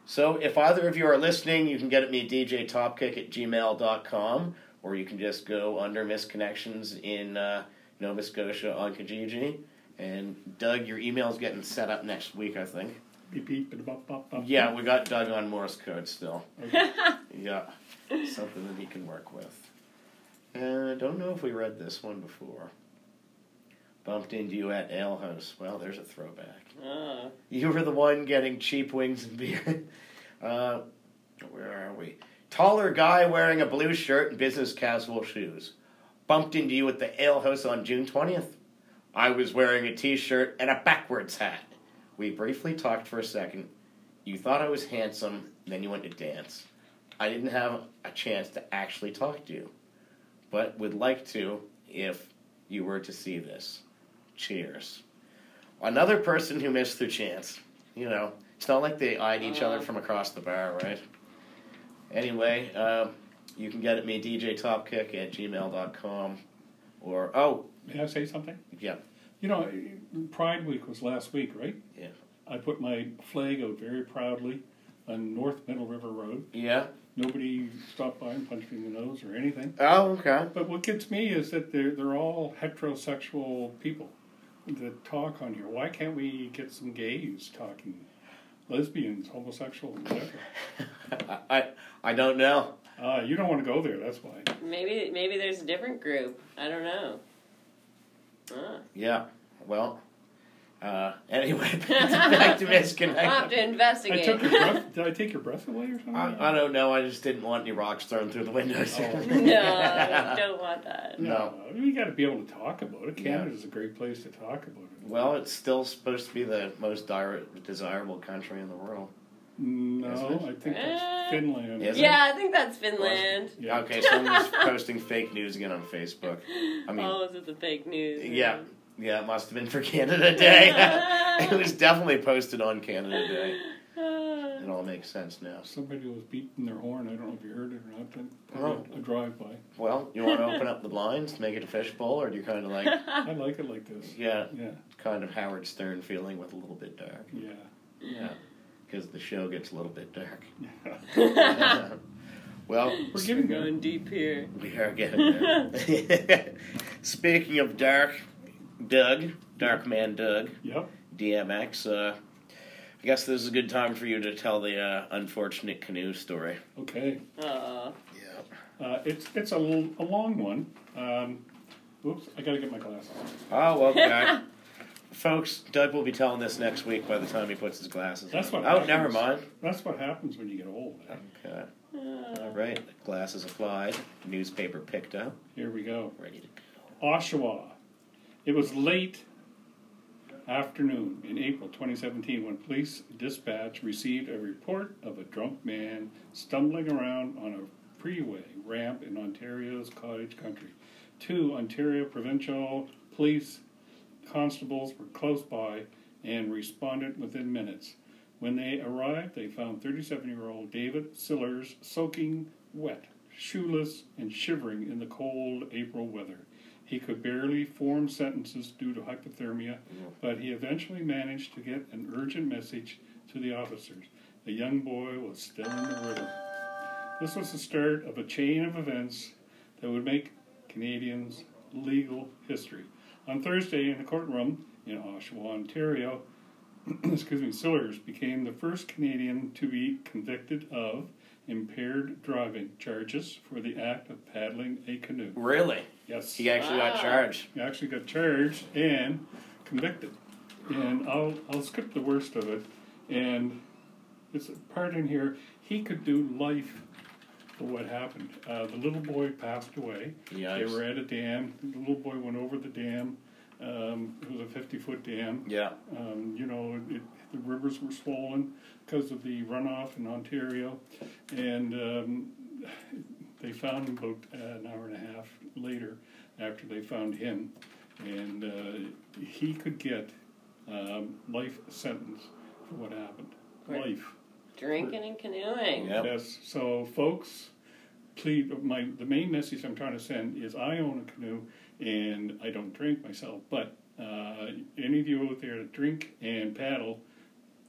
S5: so, if either of you are listening, you can get at me djtopkick at gmail.com, or you can just go under misconnections in uh, Nova Scotia on Kijiji. And Doug, your email's getting set up next week, I think.
S7: Beep beep. ba bop, bop, bop.
S5: Yeah, we got Doug on Morse code still.
S7: Okay.
S5: Yeah, something that he can work with. And I don't know if we read this one before. Bumped into you at Ale House. Well, there's a throwback.
S10: Ah,
S6: Oh,
S5: You were the one getting cheap wings and beer. Uh, where are we? Taller guy wearing a blue shirt and business casual shoes. Bumped into you at the ale house on June 20th. I was wearing a t shirt and a backwards hat. We briefly talked for a second. You thought I was handsome, then you went to dance. I didn't have a chance to actually talk to you, but would like to if you were to see this. Cheers another person who missed their chance. You know, it's not like they eyed each other from across the bar, right? Anyway, um, you can get at me, djtopkick at gmail.com. Or, oh,
S7: May I say something?
S5: yeah,
S7: You know, Pride Week was last week, right?
S5: Yeah.
S7: I put my flag out very proudly on North Middle River Road.
S5: yeah.
S7: Nobody stopped by and punched me in the nose or anything.
S5: Oh, okay.
S7: But what gets me is that they're, they're all heterosexual people that talk on here. Why can't we get some gays talking? Lesbians, homosexual, whatever.
S5: I, I, I don't know.
S7: Ah, you don't want to go there, that's why.
S6: Maybe maybe there's a different group. I don't know. Ah.
S5: Yeah, well, uh, anyway, back to
S6: I'll have
S5: misconnect.
S6: to
S7: I
S6: investigate.
S7: took your breath. Did I take your breath away or something?
S5: I, I don't know, I just didn't want any rocks thrown through the windows.
S6: no, don't want that.
S5: No.
S7: We got to be able to talk about it.
S5: Yeah.
S7: Canada's a great place to talk about it.
S5: Well, it's still supposed to be the most dire- desirable country in the world.
S7: no,
S5: Isn't
S7: I think that's
S6: Uh,
S7: Finland.
S5: Is it?
S6: Yeah, I think that's Finland.
S7: Yeah.
S5: Okay, someone's posting fake news again on Facebook. I mean,
S6: oh, is it the fake news?
S5: yeah, yeah, it must have been for Canada Day. it was definitely posted on Canada Day.
S6: Ah.
S5: It all makes sense now.
S7: Somebody was beating their horn. I don't know if you heard it or not. But
S5: Oh.
S7: A drive by.
S5: Well, you want to open up the blinds, make it a fishbowl, or do you kind of like,
S7: I like it like this.
S5: yeah,
S7: Yeah,
S5: kind of Howard Stern feeling with a little bit dark?
S7: yeah.
S5: Yeah, because the show gets a little bit
S7: yeah.
S5: dark. well,
S7: We're getting there.
S6: Going deep here.
S5: We are getting there. Speaking of dark, Doug, Dark Man Doug,
S7: Yep.
S5: DMX, uh, I guess this is a good time for you to tell the uh, unfortunate canoe story.
S7: Okay.
S6: Oh,
S5: Yeah.
S7: Uh, it's it's a, l- a long one. Um, oops, I gotta get my glasses.
S5: Oh, okay. Folks, Doug will be telling this next week by the time he puts his glasses
S7: That's
S5: on.
S7: what
S5: Oh, never
S7: happens.
S5: mind.
S7: That's what happens when you get old. eh?
S5: Okay. All right. Glasses applied. Newspaper picked up.
S7: Here we go.
S5: Ready to go.
S7: Oshawa. It was late afternoon in April 2017 when police dispatch received a report of a drunk man stumbling around on a freeway ramp in Ontario's cottage country. Two Ontario provincial police constables were close by and responded within minutes. When they arrived, they found 37 year old David Sillers soaking wet shoeless and shivering in the cold April weather. He could barely form sentences due to hypothermia, but he eventually managed to get an urgent message to the officers. The young boy was still in the river. This was the start of a chain of events that would make Canadians legal history. On Thursday, in the courtroom in Oshawa, Ontario, excuse me, Sillers became the first Canadian to be convicted of impaired driving charges for the act of paddling a canoe.
S5: Really? Ah.
S7: Yes.
S5: He actually got Wow. charged.
S7: He actually got charged and convicted. And I'll I'll skip the worst of it. And it's a part in here. He could do life for what happened. Uh, the little boy passed away. They
S5: Yikes.
S7: were at a dam. The little boy went over the dam. Um, it was a 50 foot dam.
S5: Yeah.
S7: Um, you know, it, the rivers were swollen because of the runoff in Ontario. And um, they found him about uh, an hour and a half later after they found him. And uh, he could get um, life sentence for what happened.
S6: Right.
S7: Life.
S6: Drinking and canoeing.
S7: Yes. So, folks, please. My the main message I'm trying to send is I own a canoe and I don't drink myself, but uh, any of you out there that drink and paddle,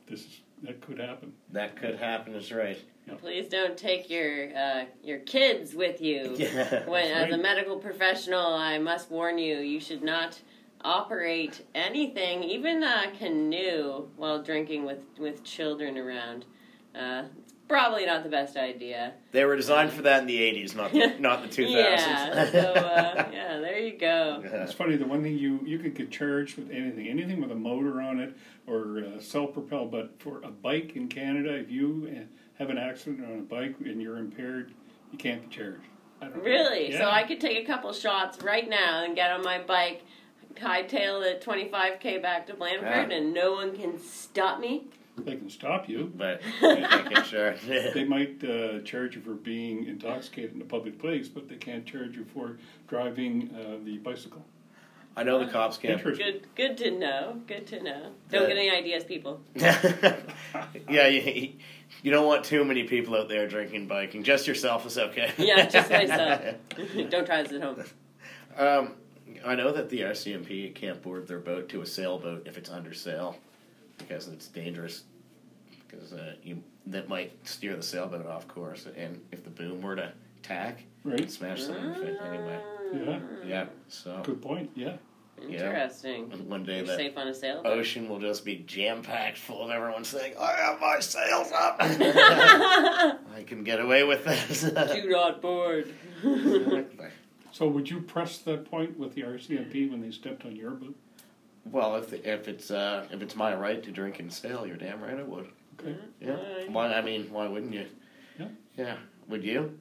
S7: this is, that could happen.
S5: That could happen, is right.
S6: Please don't take your uh, your kids with you.
S5: Yeah.
S6: When,
S5: That's
S6: as a
S5: right.
S6: medical professional, I must warn you: you should not operate anything, even a canoe, while drinking with with children around. Uh, it's probably not the best idea.
S5: They were designed for that in the 80s, not the, not the 2000s.
S6: Yeah. So uh, yeah, there you go.
S7: It's funny. The one thing you you could get charged with anything, anything with a motor on it or uh, self-propelled. But for a bike in Canada, if you uh, have an accident on a bike and you're impaired, you can't be charged. I don't know.
S6: Really? So
S7: Yeah.
S6: I could take a couple shots right now and get on my bike, hightail it 25k back to Blandford,
S7: Yeah.
S6: and no one can stop me.
S7: They can stop you,
S5: but
S7: they might uh, charge you for being intoxicated in a public place, but they can't charge you for driving uh, the bicycle.
S5: I know the cops can't.
S6: Good, good to know. Good to know. Don't
S5: Yeah.
S6: get any ideas, people.
S5: yeah, you, you don't want too many people out there drinking, biking. Just yourself is okay.
S6: Yeah, just myself. Don't try this at home.
S5: Um, I know that the RCMP can't board their boat to a sailboat if it's under sail because it's dangerous. Because uh, you that might steer the sailboat off course, and if the boom were to tack,
S7: Right.
S5: smash them in the fin- anyway.
S7: Yeah.
S6: Hmm. Ah.
S5: Yeah. So
S7: Good point. Yeah.
S5: Yeah.
S6: Interesting.
S5: And One day
S6: You're
S5: that Oh.
S6: safe on a sailboat.
S5: ocean will just be jam packed full of everyone saying, "I have my sails up. I can get away with this."
S6: Do not board.
S7: So would you press that point with the RCMP when they stepped on your boot?
S5: Well, if if it's uh, if it's my right to drink and sail, you're damn right I would.
S7: Okay.
S5: Yeah. Why? I mean, why wouldn't you?
S7: Yeah.
S5: Yeah. Would you?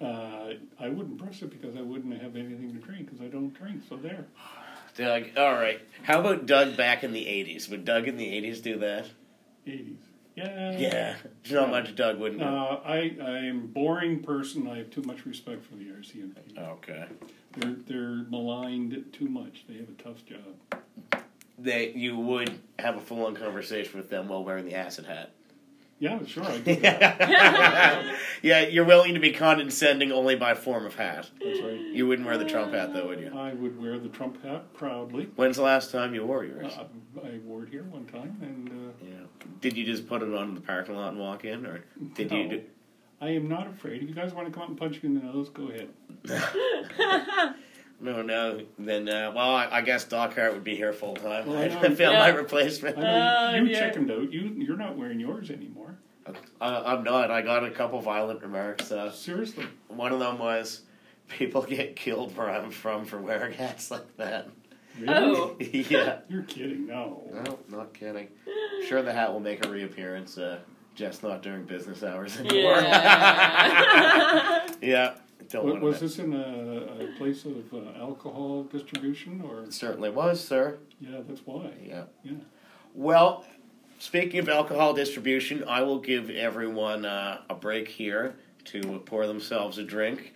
S7: Uh, I wouldn't press it because I wouldn't have anything to drink because I don't drink. So there.
S5: Doug. All right. How about Doug back in the '80s? Would Doug in the '80s do that?
S7: 80s. Yeah.
S5: Yeah. There's not much Doug wouldn't.
S7: Uh, I, I am boring person. I have too much respect for the RCMP.
S5: Okay.
S7: They're, they're maligned too much. They have a tough job.
S5: That you would have a full-on conversation with them while wearing the acid hat.
S7: Yeah, sure. I do that.
S5: Yeah, you're willing to be condescending only by form of hat.
S7: That's right.
S5: You wouldn't wear the Trump hat, though, would you?
S7: I would wear the Trump hat proudly.
S5: When's the last time you wore yours?
S7: Uh, I wore it here one time, and uh,
S5: Yeah. Did you just put it on in the parking lot and walk in, or did you?
S7: No.
S5: Do,
S7: uh, I am not afraid. If you guys want to come out and punch me in the nose, go ahead.
S5: No, no. Then, uh, well, I, I guess Doc Hart would be here full time.
S7: Well, I
S5: I
S7: know.
S5: found my
S7: Yeah. Uh.
S5: replacement.
S7: I know you
S6: yeah.
S7: check him out. You you're not wearing yours anymore.
S5: I, I'm not. I got a couple violent remarks. Uh,
S7: Seriously.
S5: one of them was, "People get killed where I'm from for wearing hats like that."
S7: Really?
S6: Oh.
S5: yeah.
S7: You're kidding. No.
S5: No, not kidding. Sure, the hat will make a reappearance. Uh, just not during business hours anymore.
S6: Yeah.
S5: yeah. Don't
S7: Wa-
S5: want
S7: was
S5: to.
S7: this in a, a place of uh, alcohol distribution or?
S5: It certainly was, sir.
S7: Yeah, that's why.
S5: Yeah.
S7: Yeah.
S5: Well, speaking of alcohol distribution, I will give everyone uh, a break here to pour themselves a drink.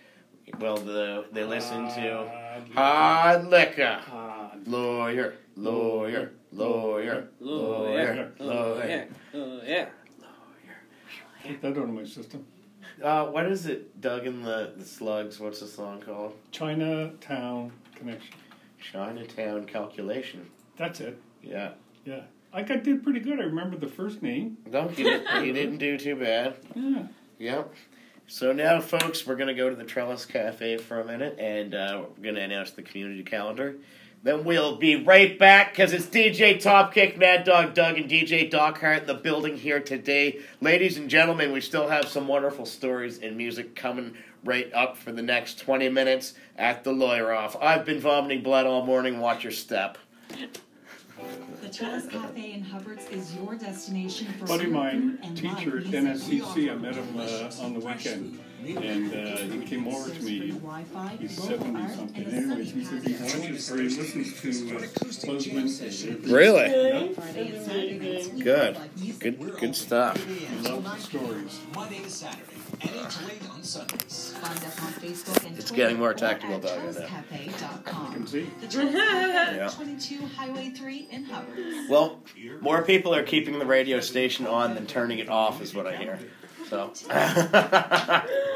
S5: Well, the, they listen to Hard Liquor. Lawyer, lawyer, lawyer, lawyer,
S6: Lawyer.
S5: Oh, lawyer.
S6: oh, Lawyer. Lawyer.
S7: Put that out of my system.
S5: Uh, what is it, Doug and the, the Slugs? What's the song called?
S7: Chinatown connection.
S5: Chinatown Calculation.
S7: That's it.
S5: Yeah.
S7: Yeah. I got did pretty good. I remember the first name.
S5: No, you didn't, you didn't do too bad.
S7: Yeah.
S5: Yep. So now, folks, we're going to go to the Trellis Cafe for a minute, and uh, we're going to announce the community calendar. Then we'll be right back because it's DJ Topkick, Mad Dog Doug, and DJ Doc Hart in the building here today. Ladies and gentlemen, we still have some wonderful stories and music coming right up for the next 20 minutes at the Lawyer Off. I've been vomiting blood all morning. Watch your step.
S11: The Trellis Cafe in Hubbards is your destination for
S7: Buddy of
S11: food
S7: mine,
S11: and
S7: teacher at
S11: live music.
S7: NSCC, I met him uh, on the weekend, and uh, he came over to me. He's seventy something. Anyway, he said he watches or he listens to uh, Bozeman.
S5: Really?
S11: Friday and Saturday.
S5: Good. Good, good stuff.
S7: Love the stories.
S12: Monday to Saturday, and 8 to 8 on Sundays.
S11: Find us on Facebook and
S5: It's
S11: Twitter
S5: getting more
S11: or
S5: tactical,
S11: at
S5: Doug, isn't it?
S11: TrellisCafe.com.
S7: Can see.
S11: The Trellis Cafe,
S5: Yeah.
S11: 22 Highway 3 in Hubbards.
S5: Well, more people are keeping the radio station on than turning it off, is what I hear. So,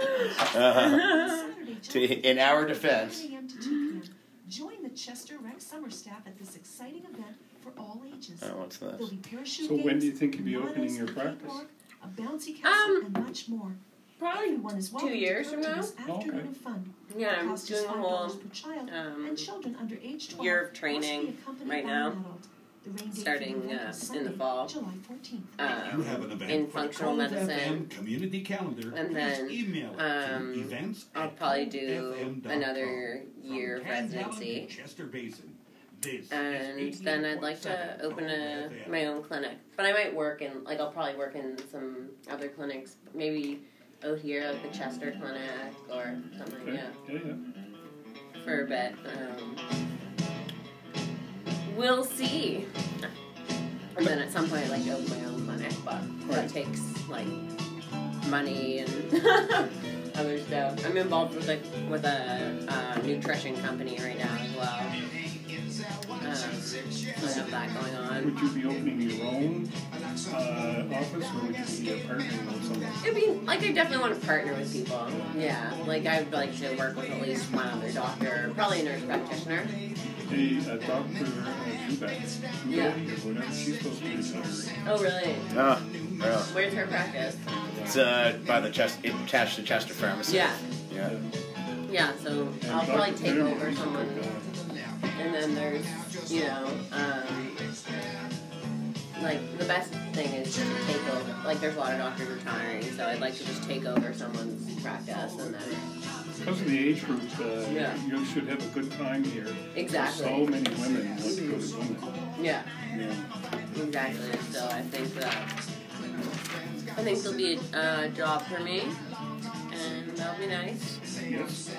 S5: Uh, to, in our defense,
S11: 10 a.m. to 2 p.m. Join the Chester Rec summer staff at this exciting event for all ages.
S5: oh, what's this?
S11: There'll be parachute
S7: So
S11: games,
S7: when do you think you'll be
S11: models,
S7: opening your
S11: a
S7: practice?
S11: cakewalk, A bouncy castle and much more.
S6: Um, Probably
S11: Everyone is welcome
S6: two
S11: to
S6: years
S11: come
S6: from
S11: to
S6: now.
S11: this afternoon
S7: Oh, Okay.
S11: of fun.
S6: Yeah, I'm
S11: Cost is
S6: doing a whole um,
S11: $5 per child, and children under age 12
S6: year of
S11: must be
S6: training
S11: accompanied
S6: right
S11: by
S6: now,
S11: an adult. The rain date for the
S6: starting,
S11: event
S6: uh,
S11: is
S6: in the
S11: Sunday,
S6: fall.
S11: July 14th.
S6: um,
S12: You have an event
S6: in
S12: for the
S6: functional
S12: Cold
S6: medicine.
S12: FM community calendar.
S6: And
S12: Please
S6: then,
S12: email
S6: um,
S12: it to events
S6: I'll
S12: at
S6: probably do
S12: coldfm.com.
S6: another year of
S12: From Van Allen to
S6: residency.
S12: Chester Basin. This
S6: And
S12: is
S6: then I'd like to
S12: 88.7
S6: open a,
S12: Cold FM.
S6: my own clinic. But I might work in, like, I'll probably work in some other clinics. Maybe out here, like the Chester Clinic or something,
S7: Okay.
S6: yeah.
S7: Yeah, yeah.
S6: for a bit. Um, we'll see. And then at some point, I'd like to open my own clinic, but
S7: Right.
S6: that takes like money and other stuff. I'm involved with a with a uh, nutrition company right now as well. Um, so I have that going on.
S7: Would you be opening your own uh, office, or would you be uh, partnering with someone?
S6: It'd be like I definitely want to partner with people. Yeah, like I'd like to work with at least one other doctor, probably a nurse practitioner.
S7: Hey, uh, Doctor Dubek, who
S6: Yeah.
S7: told you what else she's supposed to be retiring.
S6: Oh, really?
S5: Ah, yeah.
S6: Where's her practice?
S5: It's uh, by the Chest, it attached to Chester Pharmacy.
S6: Yeah.
S5: Yeah.
S6: Yeah, so
S7: And
S6: I'll probably
S7: Dr.
S6: take
S7: Zimmer,
S6: over
S7: he's a
S6: someone,
S7: good guy.
S6: and then there's, you know, um, like the best thing is just to take over. Like there's a lot of doctors retiring, so I'd like to just take over someone's practice, and then
S7: Because of the age group, uh,
S6: Yeah.
S7: you should have a good time here.
S6: Exactly.
S7: So many women want to go to women.
S6: yeah,
S7: Yeah.
S6: exactly. So I think that I think there'll be a uh, job for me, and that'll be nice.
S7: Yes.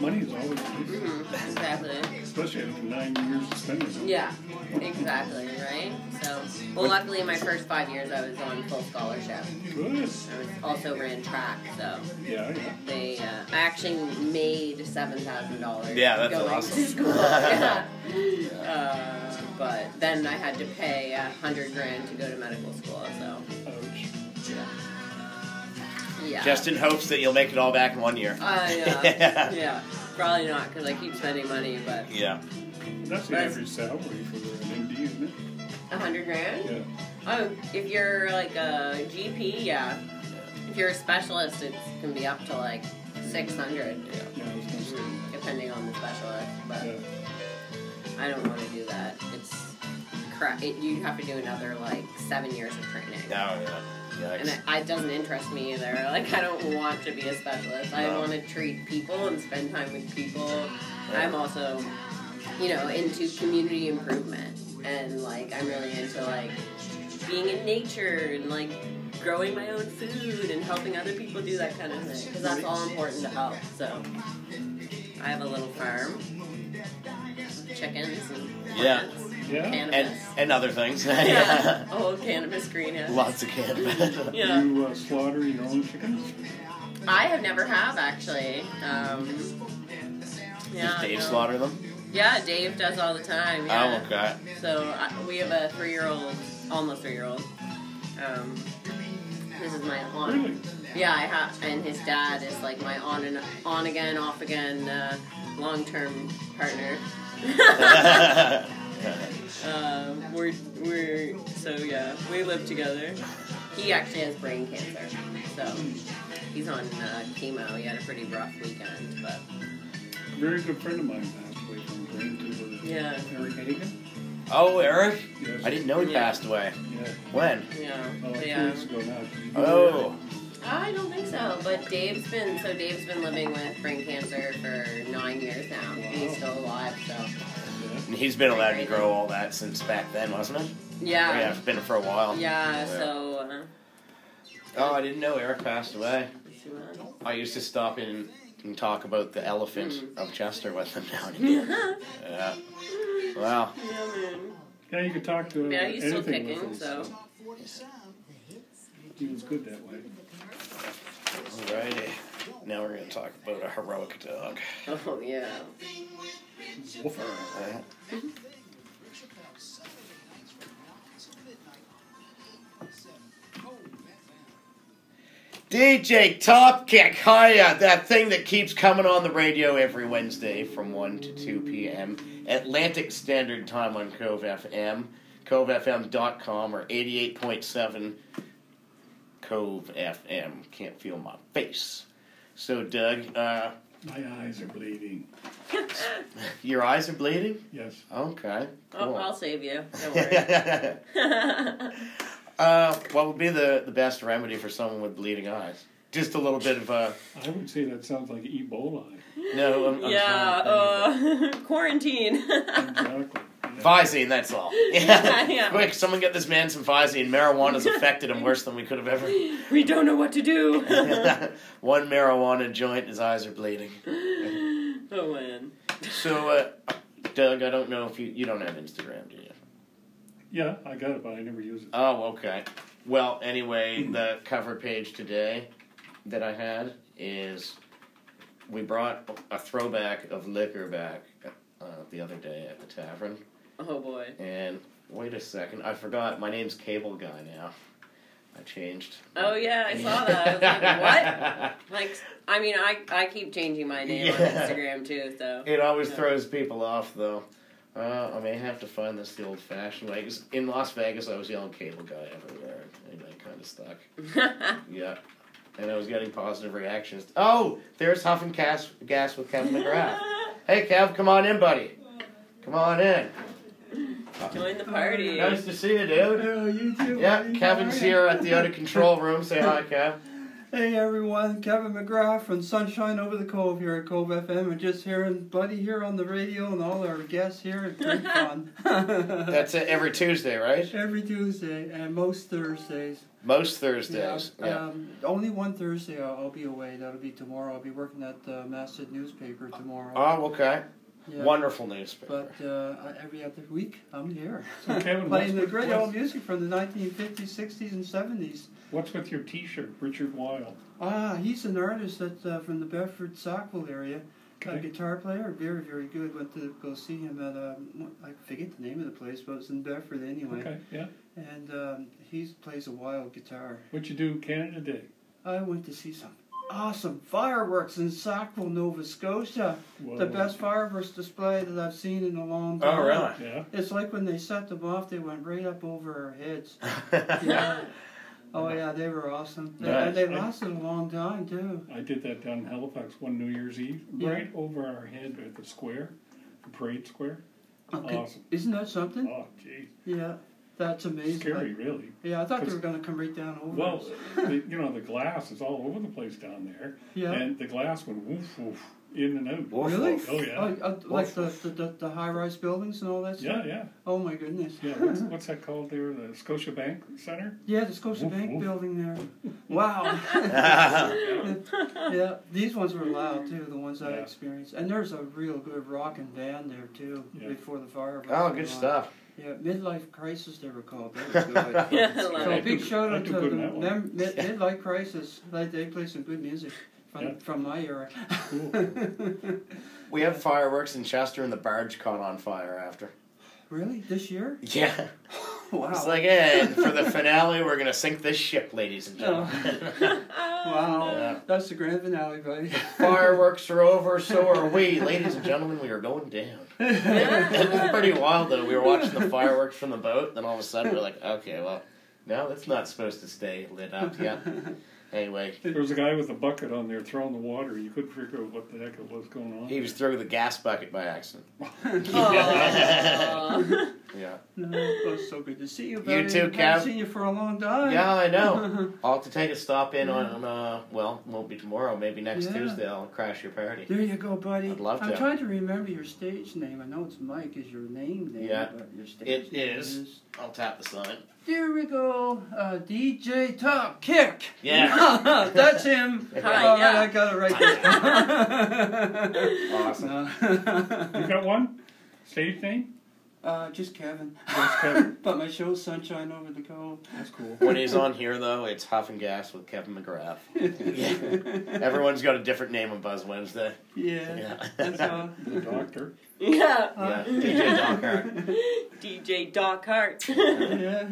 S7: Money is always nice,
S6: Mm-hmm. Exactly.
S7: especially after nine years of spending it.
S6: Yeah, exactly. Right. So, well, luckily, my first five years I was on full scholarship.
S7: Good.
S6: I was also ran track, so
S7: Yeah, yeah.
S6: they uh, I actually made seven thousand dollars.
S5: Yeah, that's
S6: going
S5: awesome.
S6: To school. yeah. Uh, but then I had to pay a hundred grand to go to medical school. So
S7: Ouch.
S6: yeah.
S5: Just in hopes that you'll make it all back in one year.
S6: Uh, yeah. yeah. Probably not because I keep spending money, but
S5: Yeah.
S7: That's the
S6: That's-
S7: average salary for an MD, isn't it?
S6: a hundred grand.
S7: Yeah.
S6: Oh, if you're like a GP, yeah. If you're a specialist, it can be up to like 600,
S7: Yeah, I was going to say.
S6: depending on the specialist. But
S7: Yeah.
S6: I don't want to do that. It's crap. It, you have to do another like seven years of training.
S5: Oh, yeah.
S6: And
S5: Yikes.
S6: it, it doesn't interest me either. Like, I don't want to be a specialist. I
S5: No.
S6: want to treat people and spend time with people. I'm also, you know, into community improvement. And, like, I'm really into, like, being in nature and, like, growing my own food and helping other people do that kind of thing. Because that's all important to help. So, I have a little farm chickens and
S5: Yeah.
S6: plants,
S7: Yeah.
S5: And,
S6: cannabis.
S5: and other things.
S6: yeah.
S5: yeah.
S6: A whole cannabis greenhouse.
S5: Lots of cannabis.
S6: Yeah.
S7: You uh, slaughter your own chickens?
S6: I have never have actually. Um, yeah,
S5: Does Dave
S6: no.
S5: slaughter them?
S6: Yeah, Dave does all the time. Yeah.
S5: Oh, okay.
S6: So I, we have a three-year-old, almost three-year-old. Um, this is my aunt.
S7: Really?
S6: Yeah, I have, and his dad is like my on and on again, off again, uh, long term partner. um, we're we're so yeah, we live together. He actually has brain cancer, so he's on uh, chemo. He had a pretty rough weekend, but
S7: Very good friend of mine passed away from brain tumor.
S6: Yeah.
S7: Eric Hagen.
S5: Oh, Eric?
S7: Yes.
S5: I didn't know he
S7: Yeah.
S5: passed away.
S7: Yeah.
S5: When?
S6: yeah,
S7: Oh, two
S6: yeah.
S7: weeks ago now. Did you do
S5: Oh.
S6: I don't think so, but Dave's been so Dave's been living with brain cancer for nine years now. and He's still alive, so
S5: And he's been allowed to grow all that since back then, wasn't he?
S6: Yeah.
S5: Yeah, it's been for a while.
S6: yeah. So uh,
S5: Oh, I didn't know Eric passed away.
S6: she went.
S5: I used to stop in and talk about the elephant
S6: Mm.
S5: of Chester with him now and again. yeah. Wow.
S6: Yeah, man.
S7: Yeah, you could talk to
S6: Yeah, he's still
S7: anything
S6: kicking,
S7: with
S6: so.
S7: those. He was good that way.
S5: Alrighty. Now we're going to talk about a heroic dog.
S6: Oh, yeah.
S5: Uh, DJ Top Kick, hiya! That thing that keeps coming on the radio every Wednesday from 1 to 2 p.m. Atlantic Standard Time on Cove FM, covefm.com, or 88.7 Cove FM. Can't feel my face. So, Doug, uh,
S7: My eyes are bleeding.
S5: your eyes are bleeding?
S7: Yes.
S5: Okay.
S6: Oh,
S5: cool.
S6: I'll save you. Don't worry.
S5: Uh, what would be the, the best remedy for someone with bleeding eyes? Just a little bit of uh,
S7: I would say that sounds like Ebola.
S5: no. I'm, I'm
S6: yeah. Uh, quarantine.
S7: Exactly.
S5: Visine, that's all.
S6: Yeah, yeah.
S5: Quick, someone get this man some Visine. Marijuana's affected him worse than we could have ever.
S6: we don't know what to do.
S5: One marijuana joint, his eyes are bleeding.
S6: oh man.
S5: So, uh, Doug, I don't know if you you don't have Instagram, do you?
S7: Yeah, I got it, but I never use it.
S5: Oh, okay. Well, anyway, the cover page today that I had is we brought a throwback of liquor back uh, the other day at the tavern.
S6: Oh boy.
S5: And wait a second, I forgot. My name's Cable Guy now. I changed.
S6: Oh yeah, I saw that. I was like, what? Like, I mean, I I keep changing my name on
S5: Yeah.
S6: Instagram too, so.
S5: It always
S6: Yeah.
S5: throws people off, though. Uh, I may have to find this the old-fashioned way. 'cause in Las Vegas, I was yelling "Cable Guy" everywhere, and I kind of stuck. yeah, and I was getting positive reactions. Oh, there's huffing gas, gas with Kevin McGrath. hey, Kev, come on in, buddy. Come on in.
S6: Join the party.
S5: Nice to see you, dude.
S13: Oh, you too.
S5: Yeah,
S13: buddy.
S5: Kevin's
S13: Alright.
S5: here at the out of control room. Say hi, Kev.
S13: Hey everyone, Kevin McGrath from Sunshine Over the Cove here at Cove FM, and just hearing Buddy here on the radio and all our guests here at Great Fun.
S5: That's it every Tuesday, right?
S13: Every Tuesday and most Thursdays.
S5: Most Thursdays. Yeah.
S13: Um, only one Thursday I'll, I'll be away. That'll be tomorrow. I'll be working at the Masted newspaper tomorrow.
S5: oh, okay.
S13: Yeah.
S5: Wonderful newspaper.
S13: But uh, I- every other week, I'm here.
S7: So, Kevin,
S13: Playing
S7: what's
S13: the
S7: with-
S13: great
S7: what's-
S13: old music from the 1950s, 60s, and 70s.
S7: What's with your T-shirt, Richard Wilde?
S13: Ah, he's an artist that uh, from the Bedford Sackville area. A
S7: Okay.
S13: guitar player, very very good. Went to go see him at um, I forget the name of the place, but it was in Bedford anyway.
S7: Okay, yeah.
S13: And um, he plays a wild guitar.
S7: What you do Canada Day?
S13: I went to see some awesome fireworks in Sackville, Nova Scotia. The
S7: Whoa.
S13: best fireworks display that I've seen in a long time.
S5: really?
S7: Yeah.
S13: It's like when they set them off, they went right up over our heads. yeah. Oh yeah, they were awesome. They-
S7: Nice.
S13: They lasted a long time too.
S7: I did that down in Halifax one New Year's Eve,
S13: Yeah.
S7: right over our head at the square, the parade square.
S13: Okay.
S7: Awesome.
S13: Oh, Isn't that something?
S7: Oh, geez.
S13: Yeah, that's amazing.
S7: Scary, really.
S13: Yeah, I thought they
S7: 'Cause-
S13: were going to come right down over.
S7: Well,
S13: us.
S7: the, you know, the glass is all over the place down there.
S13: Yeah.
S7: And the glass went woof, woof, in and out.
S13: really?
S7: Oh, yeah.
S13: Oh, uh, like the, the, the, the high rise buildings and all that
S7: Yeah,
S13: stuff?
S7: yeah.
S13: Oh, my goodness.
S7: Yeah, what's, what's that called there? The Scotia Bank Center?
S13: Yeah, the Scotia
S7: Woof,
S13: Bank
S7: woof.
S13: building there. Wow. yeah, these ones were loud too, the ones I
S5: Yeah.
S13: experienced. And there's a real good rockin' band there too,
S5: Yeah.
S13: before the fire.
S5: Oh,
S13: went
S5: good
S13: on.
S5: stuff.
S13: Yeah, Midlife Crisis, they were called. They were good.
S5: Yeah, I love
S13: so
S5: it.
S13: big shout
S5: I
S13: out
S5: do
S13: to
S5: good
S13: the
S5: in that one.
S13: mem- mid- Midlife Crisis. They, they play some good music from,
S5: Yeah.
S13: from my era.
S5: We had fireworks in Chester, and the barge caught on fire after.
S13: really? This year?
S5: Yeah.
S13: Wow.
S5: It's like, hey, and for the finale, we're gonna sink this ship, ladies and gentlemen.
S13: Oh. Wow. That's the grand finale, buddy.
S5: Fireworks are over, so are we. Ladies and gentlemen, we are going down. it was pretty wild, though. We were watching the fireworks from the boat, then all of a sudden we're like, okay, well, no, it's not supposed to stay lit up. Yeah. Anyway.
S7: There was a guy with a bucket on there throwing the water. You couldn't figure out what the heck it was going on.
S5: He was throwing the gas bucket by accident.
S13: Aw.
S5: yeah.
S13: No, it was so good to see you, buddy.
S5: You too,
S13: Haven't
S5: Kev.
S13: seen you for a long time.
S5: Yeah, I know. I'll have to take a stop in on, uh, well, won't be tomorrow, maybe next
S13: Yeah.
S5: Tuesday. I'll crash your party.
S13: There you go, buddy.
S5: I'd love
S13: I'm
S5: to.
S13: trying to remember your stage name. I know it's Mike is your name name,
S5: Yeah,
S13: but your stage
S5: it
S13: name
S5: is. I'll tap the sign.
S13: There we go. Uh, DJ Top Kick.
S5: Yeah.
S13: That's him.
S5: Hi,
S13: All right,
S5: yeah.
S13: I got it right there.
S5: Awesome.
S7: you got one? Stage name?
S13: Uh, just Kevin.
S7: Just Kevin.
S13: but my show's Sunshine Over the Cove. That's cool.
S5: When he's on here, though, it's Huff and Gas with Kevin McGrath. Yeah. Everyone's got a different name on Buzz Wednesday.
S13: Yeah. That's all.
S7: The doctor.
S6: Yeah.
S5: Yeah, DJ Docker.
S6: DJ Doc Hart.
S13: yeah.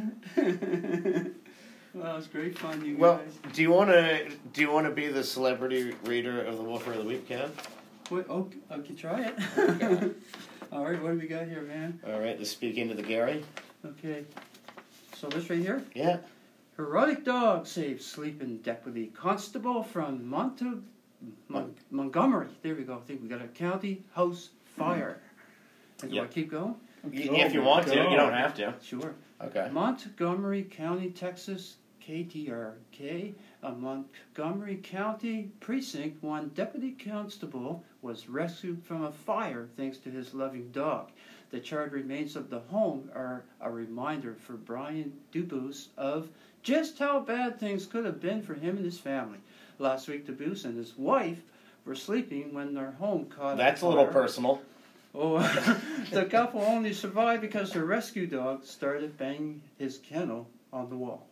S13: well, it was great fun, you
S5: Well,
S13: guys.
S5: do you want to do you want to be the celebrity reader of the Wolfer of the Week, Kev?
S13: Wait, oh, I can try it. all right, what do we got here, man?
S5: All right, let's speak into the Gary.
S13: Okay. So this right here?
S5: Yeah.
S13: Heroic dog saves sleeping deputy constable from Monto- Mon- Montgomery. There we go. I think we got a county house fire. And do I
S5: Yeah.
S13: keep going?
S5: Y-
S13: Oh
S5: if you want to, you don't have to.
S13: Sure.
S5: Okay.
S13: Montgomery County, Texas, KTRK, a uh, Montgomery County precinct, one deputy constable was rescued from a fire thanks to his loving dog. The charred remains of the home are a reminder for Brian Dubus of just how bad things could have been for him and his family. Last week, Dubus and his wife were sleeping when their home caught
S5: That's a
S13: on
S5: little
S13: fire.
S5: personal.
S13: Oh, the couple only survived because their rescue dog started banging his kennel on the wall.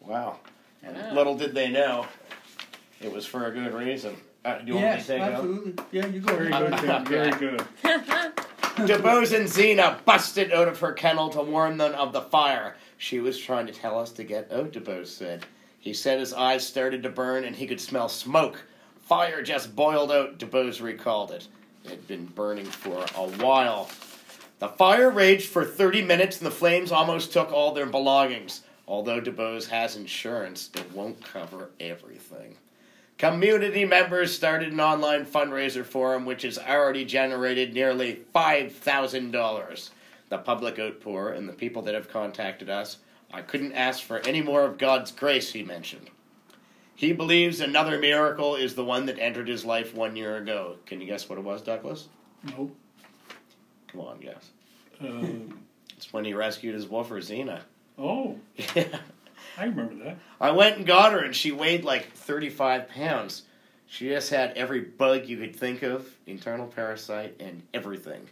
S5: Wow. And
S13: Wow.
S5: Little did they know, it was for a good reason. Uh, do you
S13: yes,
S5: want me to take it?
S13: absolutely. Yeah, you go.
S7: Very
S13: ahead.
S7: good, Tim. Very good.
S5: DeBose and Zena busted out of her kennel to warn them of the fire. She was trying to tell us to get out, DeBose said. He said his eyes started to burn and he could smell smoke. Fire just boiled out, DeBose recalled it. It had been burning for a while. The fire raged for 30 minutes and the flames almost took all their belongings. Although DeBose has insurance, it won't cover everything. Community members started an online fundraiser for him, which has already generated nearly $5,000. The public outpour and the people that have contacted us, I couldn't ask for any more of God's grace, he mentioned. He believes another miracle is the one that entered his life one year ago. Can you guess what it was, Douglas?
S7: No.
S5: Come on, guess.
S7: Um,
S5: It's when he rescued his wolfer, Xena.
S7: oh, I remember that.
S5: I went and got her, and she weighed like 35 pounds. She just had every bug you could think of, internal parasite, and everything.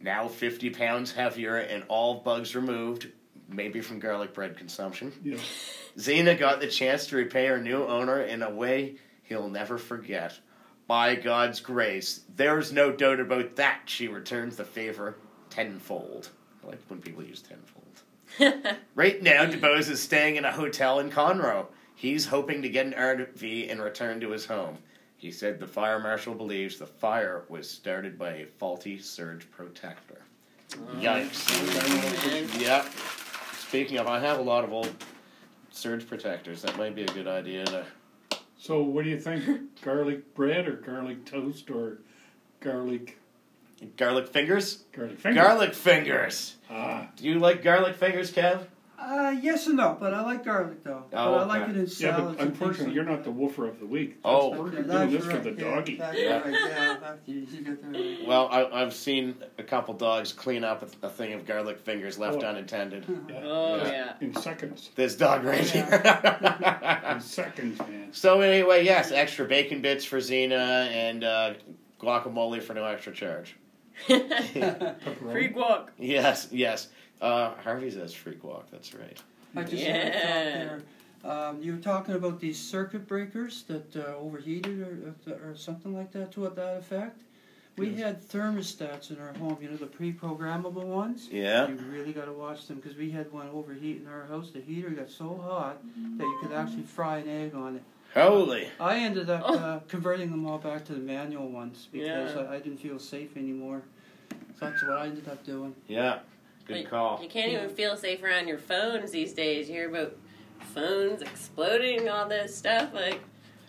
S5: Now 50 pounds heavier, and all bugs removed, maybe from garlic bread consumption.
S7: Yeah.
S5: Xena got the chance to repay her new owner in a way he'll never forget. By God's grace, there's no doubt about that. She returns the favor tenfold. I like when people use tenfold. right now, DeBose is staying in a hotel in Conroe. He's hoping to get an RV and return to his home. He said the fire marshal believes the fire was started by a faulty surge protector. Yikes. Yep. Speaking of, I have a lot of old surge protectors. That might be a good idea to.
S7: So, what do you think? garlic bread or garlic toast or garlic
S5: Garlic fingers?
S7: garlic fingers?
S5: Garlic fingers!
S7: Ah,
S5: Do you like garlic fingers, Kev?
S13: Uh, yes and no, but I like garlic though. but I like
S5: Oh, okay.
S13: it in
S7: yeah,
S13: salads.
S7: but
S13: and things
S7: unfortunately, you're not the woofer of the week.
S5: Oh.
S7: We're
S13: like that.
S7: doing this
S13: That's
S7: for the
S13: right, yeah,
S7: doggy.
S13: That's
S5: Yeah.
S13: right, yeah. that's- you- you got that right.
S5: Well, I, I've seen a couple dogs clean up a, a thing of garlic fingers left
S7: Oh.
S5: unattended.
S6: Oh, yeah.
S7: In seconds.
S5: This dog right
S7: In
S5: here.
S7: seconds, man.
S5: so anyway, yes, extra bacon bits for Xena and uh, guacamole for no extra charge.
S6: Free guac.
S5: Yes, yes. Uh, Harvey says freak walk. That's right.
S13: I just
S6: Yeah.
S13: had a thought there. Um, you were talking about these circuit breakers that uh, overheated or, or something like that to that effect. We had thermostats in our home, you know, the pre-programmable ones.
S5: Yeah.
S13: You really got to watch them because we had one overheat in our house. The heater got so hot that you could actually fry an egg on it.
S5: Holy.
S13: I ended up uh, converting them all back to the manual ones because
S6: Oh. Yeah.
S13: I, I didn't feel safe anymore. So that's what I ended up doing.
S5: Yeah. Good
S6: Like,
S5: call.
S6: You can't even feel safe around your phones these days. You hear about phones exploding, all this stuff. Like,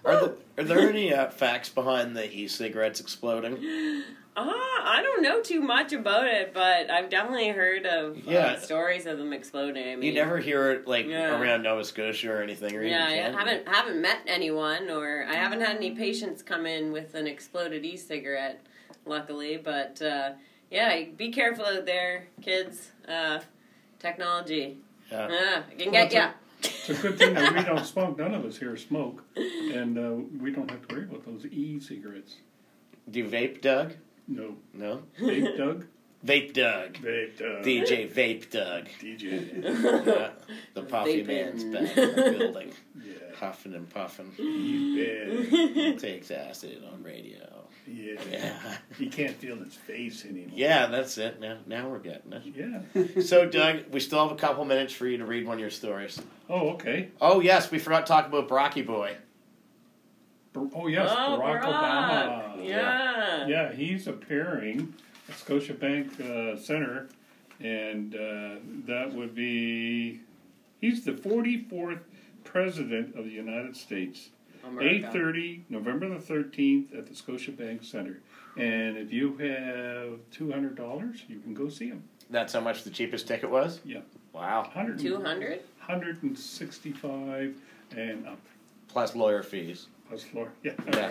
S5: Are, the, are there any uh, facts behind the e-cigarettes exploding?
S6: ah, I don't know too much about it, but I've definitely heard of uh,
S5: Yeah.
S6: stories of them exploding. I
S5: You
S6: mean,
S5: never hear it like
S6: Yeah.
S5: around Nova Scotia or anything. Or even
S6: Yeah, I
S5: Canada.
S6: haven't haven't met anyone, or I haven't had any patients come in with an exploded e-cigarette, luckily. But uh, yeah, be careful out there, kids. Uh, technology,
S7: Yeah.
S6: Ah, it can get
S7: Well, it's
S6: ya.
S7: a- It's a good thing that we don't smoke. None of us here smoke, and uh, we don't have to worry about those e-cigarettes.
S5: Do you vape, Doug?
S7: No.
S5: No.
S7: Vape Doug?
S5: Vape Doug.
S7: Vape Doug.
S5: DJ Vape Doug.
S7: DJ.
S5: yeah. The puffy
S7: Vaping.
S5: man's back in the building. Huffing and puffing. Takes acid on radio.
S7: Yeah.
S5: Yeah.
S7: You can't feel his face anymore.
S5: Yeah, that's it. Now, now we're getting
S7: Yeah.
S5: it. So, Doug, we still have a couple minutes for you to read one of your stories.
S7: Oh, okay.
S5: Oh, yes, we forgot to talk about Brocky Boy.
S7: Bar- oh, yes,
S6: Oh,
S7: Barack,
S6: Barack.
S7: Obama.
S6: Yeah.
S7: Yeah, he's appearing at Scotiabank uh, Center, and uh, that would be. He's the 44th President of the United States.
S12: America.
S7: 8.30, November the 13th at the Scotiabank Center. And if you have $200, you can go see him.
S5: That's how much the cheapest ticket was?
S7: Yeah.
S5: Wow.
S7: 100
S6: 200?
S7: 165 and up.
S5: Plus lawyer fees.
S7: Plus lawyer. Yeah.
S5: Yeah.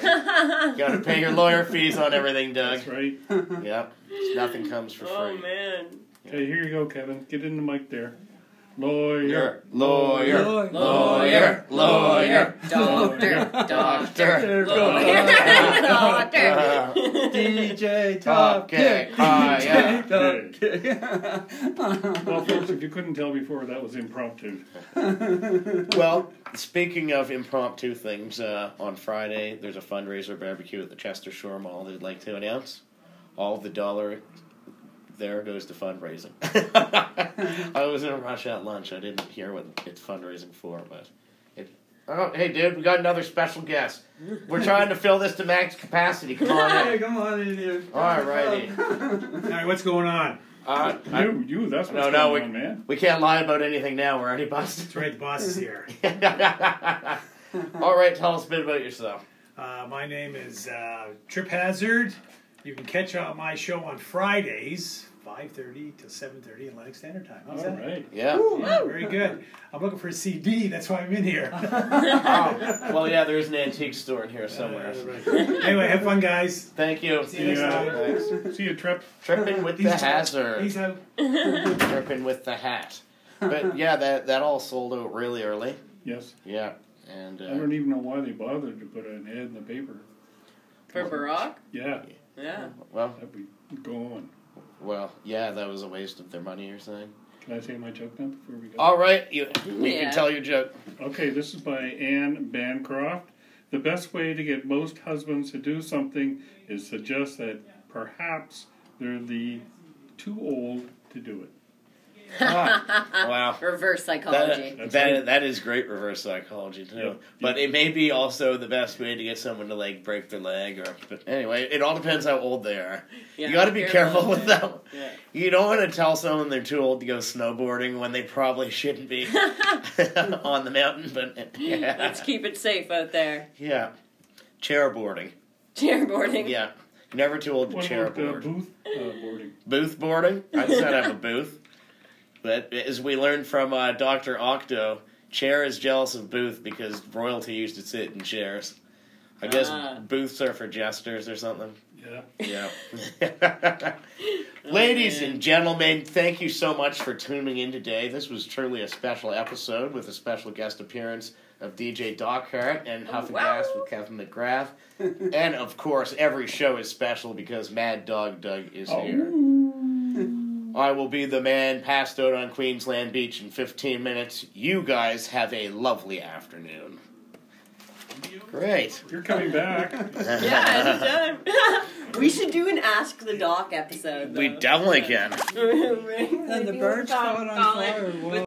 S5: you gotta pay your lawyer fees on everything, Doug.
S7: That's right.
S5: Yep. Nothing comes for
S6: Oh
S5: free.
S6: man.
S7: Okay, here you go, Kevin. Get in the mic there. Lawyer.
S5: Lawyer. Lawyer. Lawyer. Lawyer.
S6: Doctor.
S5: Doctor.
S13: DJ
S7: Top
S13: Top
S7: Kick.
S13: Kick.
S7: Ah, yeah.
S13: DJ Top Kick.
S7: well, folks, if you couldn't tell before, that was impromptu.
S5: well, speaking of impromptu things, uh, on Friday there's a fundraiser barbecue at the Chester Shore Mall. They'd like to announce all the dollar there goes to fundraising. I was in a rush at lunch. I didn't hear what it's fundraising for, but it. Oh, hey, dude, we got another special guest. We're trying to fill this to max capacity. Come on in.
S13: Come on in here.
S5: All righty.
S12: All right, what's going on?
S5: Uh, I-
S7: you, you, that's what's
S5: no, no,
S7: going
S5: we,
S7: on, man.
S5: we can't lie about anything now. We're already busted.
S12: That's right, the boss is here.
S5: All right, tell us a bit about yourself.
S12: Uh, my name is uh, Trip Hazard. You can catch out my show on Fridays, 5.30 to 7.30 Atlantic Standard Time. How's
S7: All
S12: that?
S7: right.
S5: Yeah.
S12: Woo, very good. I'm looking for a CD. That's why I'm in here.
S5: Oh, well, yeah, there is an antique store in here somewhere.
S12: anyway, have fun, guys.
S5: Thank you.
S12: See you next time.
S5: Thanks.
S7: See you, Trip.
S5: Tripping with the
S12: He's-
S5: hazard.
S12: Peace out.
S5: Tripping with the hat. But yeah, that that all sold out really early.
S7: Yes.
S5: Yeah, and
S7: I
S5: uh,
S12: Mm-hmm.
S7: don't even know why they bothered to put an ad in the paper.
S6: For Barack?
S7: Yeah.
S6: Yeah.
S5: well,
S7: That'd be going.
S5: well, yeah, that was a waste of their money or something.
S7: Can I say my joke now before we go?
S5: All right, you you
S6: Yeah.
S5: can tell your joke.
S7: Okay, this is by Anne Bancroft. The best way to get most husbands to do something is suggest that perhaps they're the too old to do it.
S5: Ah, Wow.
S6: Reverse psychology.
S5: That, that, that is great reverse psychology too, but it may be also the best way to get someone to like break their leg or. But anyway, it all depends how old they are.
S6: Yeah,
S5: you got to be
S6: careful.
S5: careful with that.
S6: Yeah.
S5: You don't want to tell someone they're too old to go snowboarding when they probably shouldn't be on the mountain, but yeah.
S6: Let's keep it safe out there.
S5: yeah. Chairboarding.
S6: Chairboarding.
S5: Yeah. Never too old to
S7: What about uh,
S5: chairboard.
S7: booth uh, boarding?
S5: booth boarding? I just said I have a booth. But as we learned from uh, Dr. Octo, chair is jealous of booth because royalty used to sit in chairs. I guess
S6: Ah.
S5: booths are for jesters or something.
S7: Yeah.
S5: Yeah. Ladies and gentlemen, thank you so much for tuning in today. This was truly a special episode with a special guest appearance of DJ Dockhart and Huff and
S6: wow.
S5: Gas with Kevin McGrath. and of course, every show is special because Mad Dog Doug is here. I will be the man passed out on Queensland Beach in 15 minutes. You guys have a lovely afternoon. Great.
S7: You're coming back.
S6: Yeah, anytime. we should do an Ask the Doc episode.
S5: We definitely can.
S6: and
S13: the birds caught on fire. Whoa.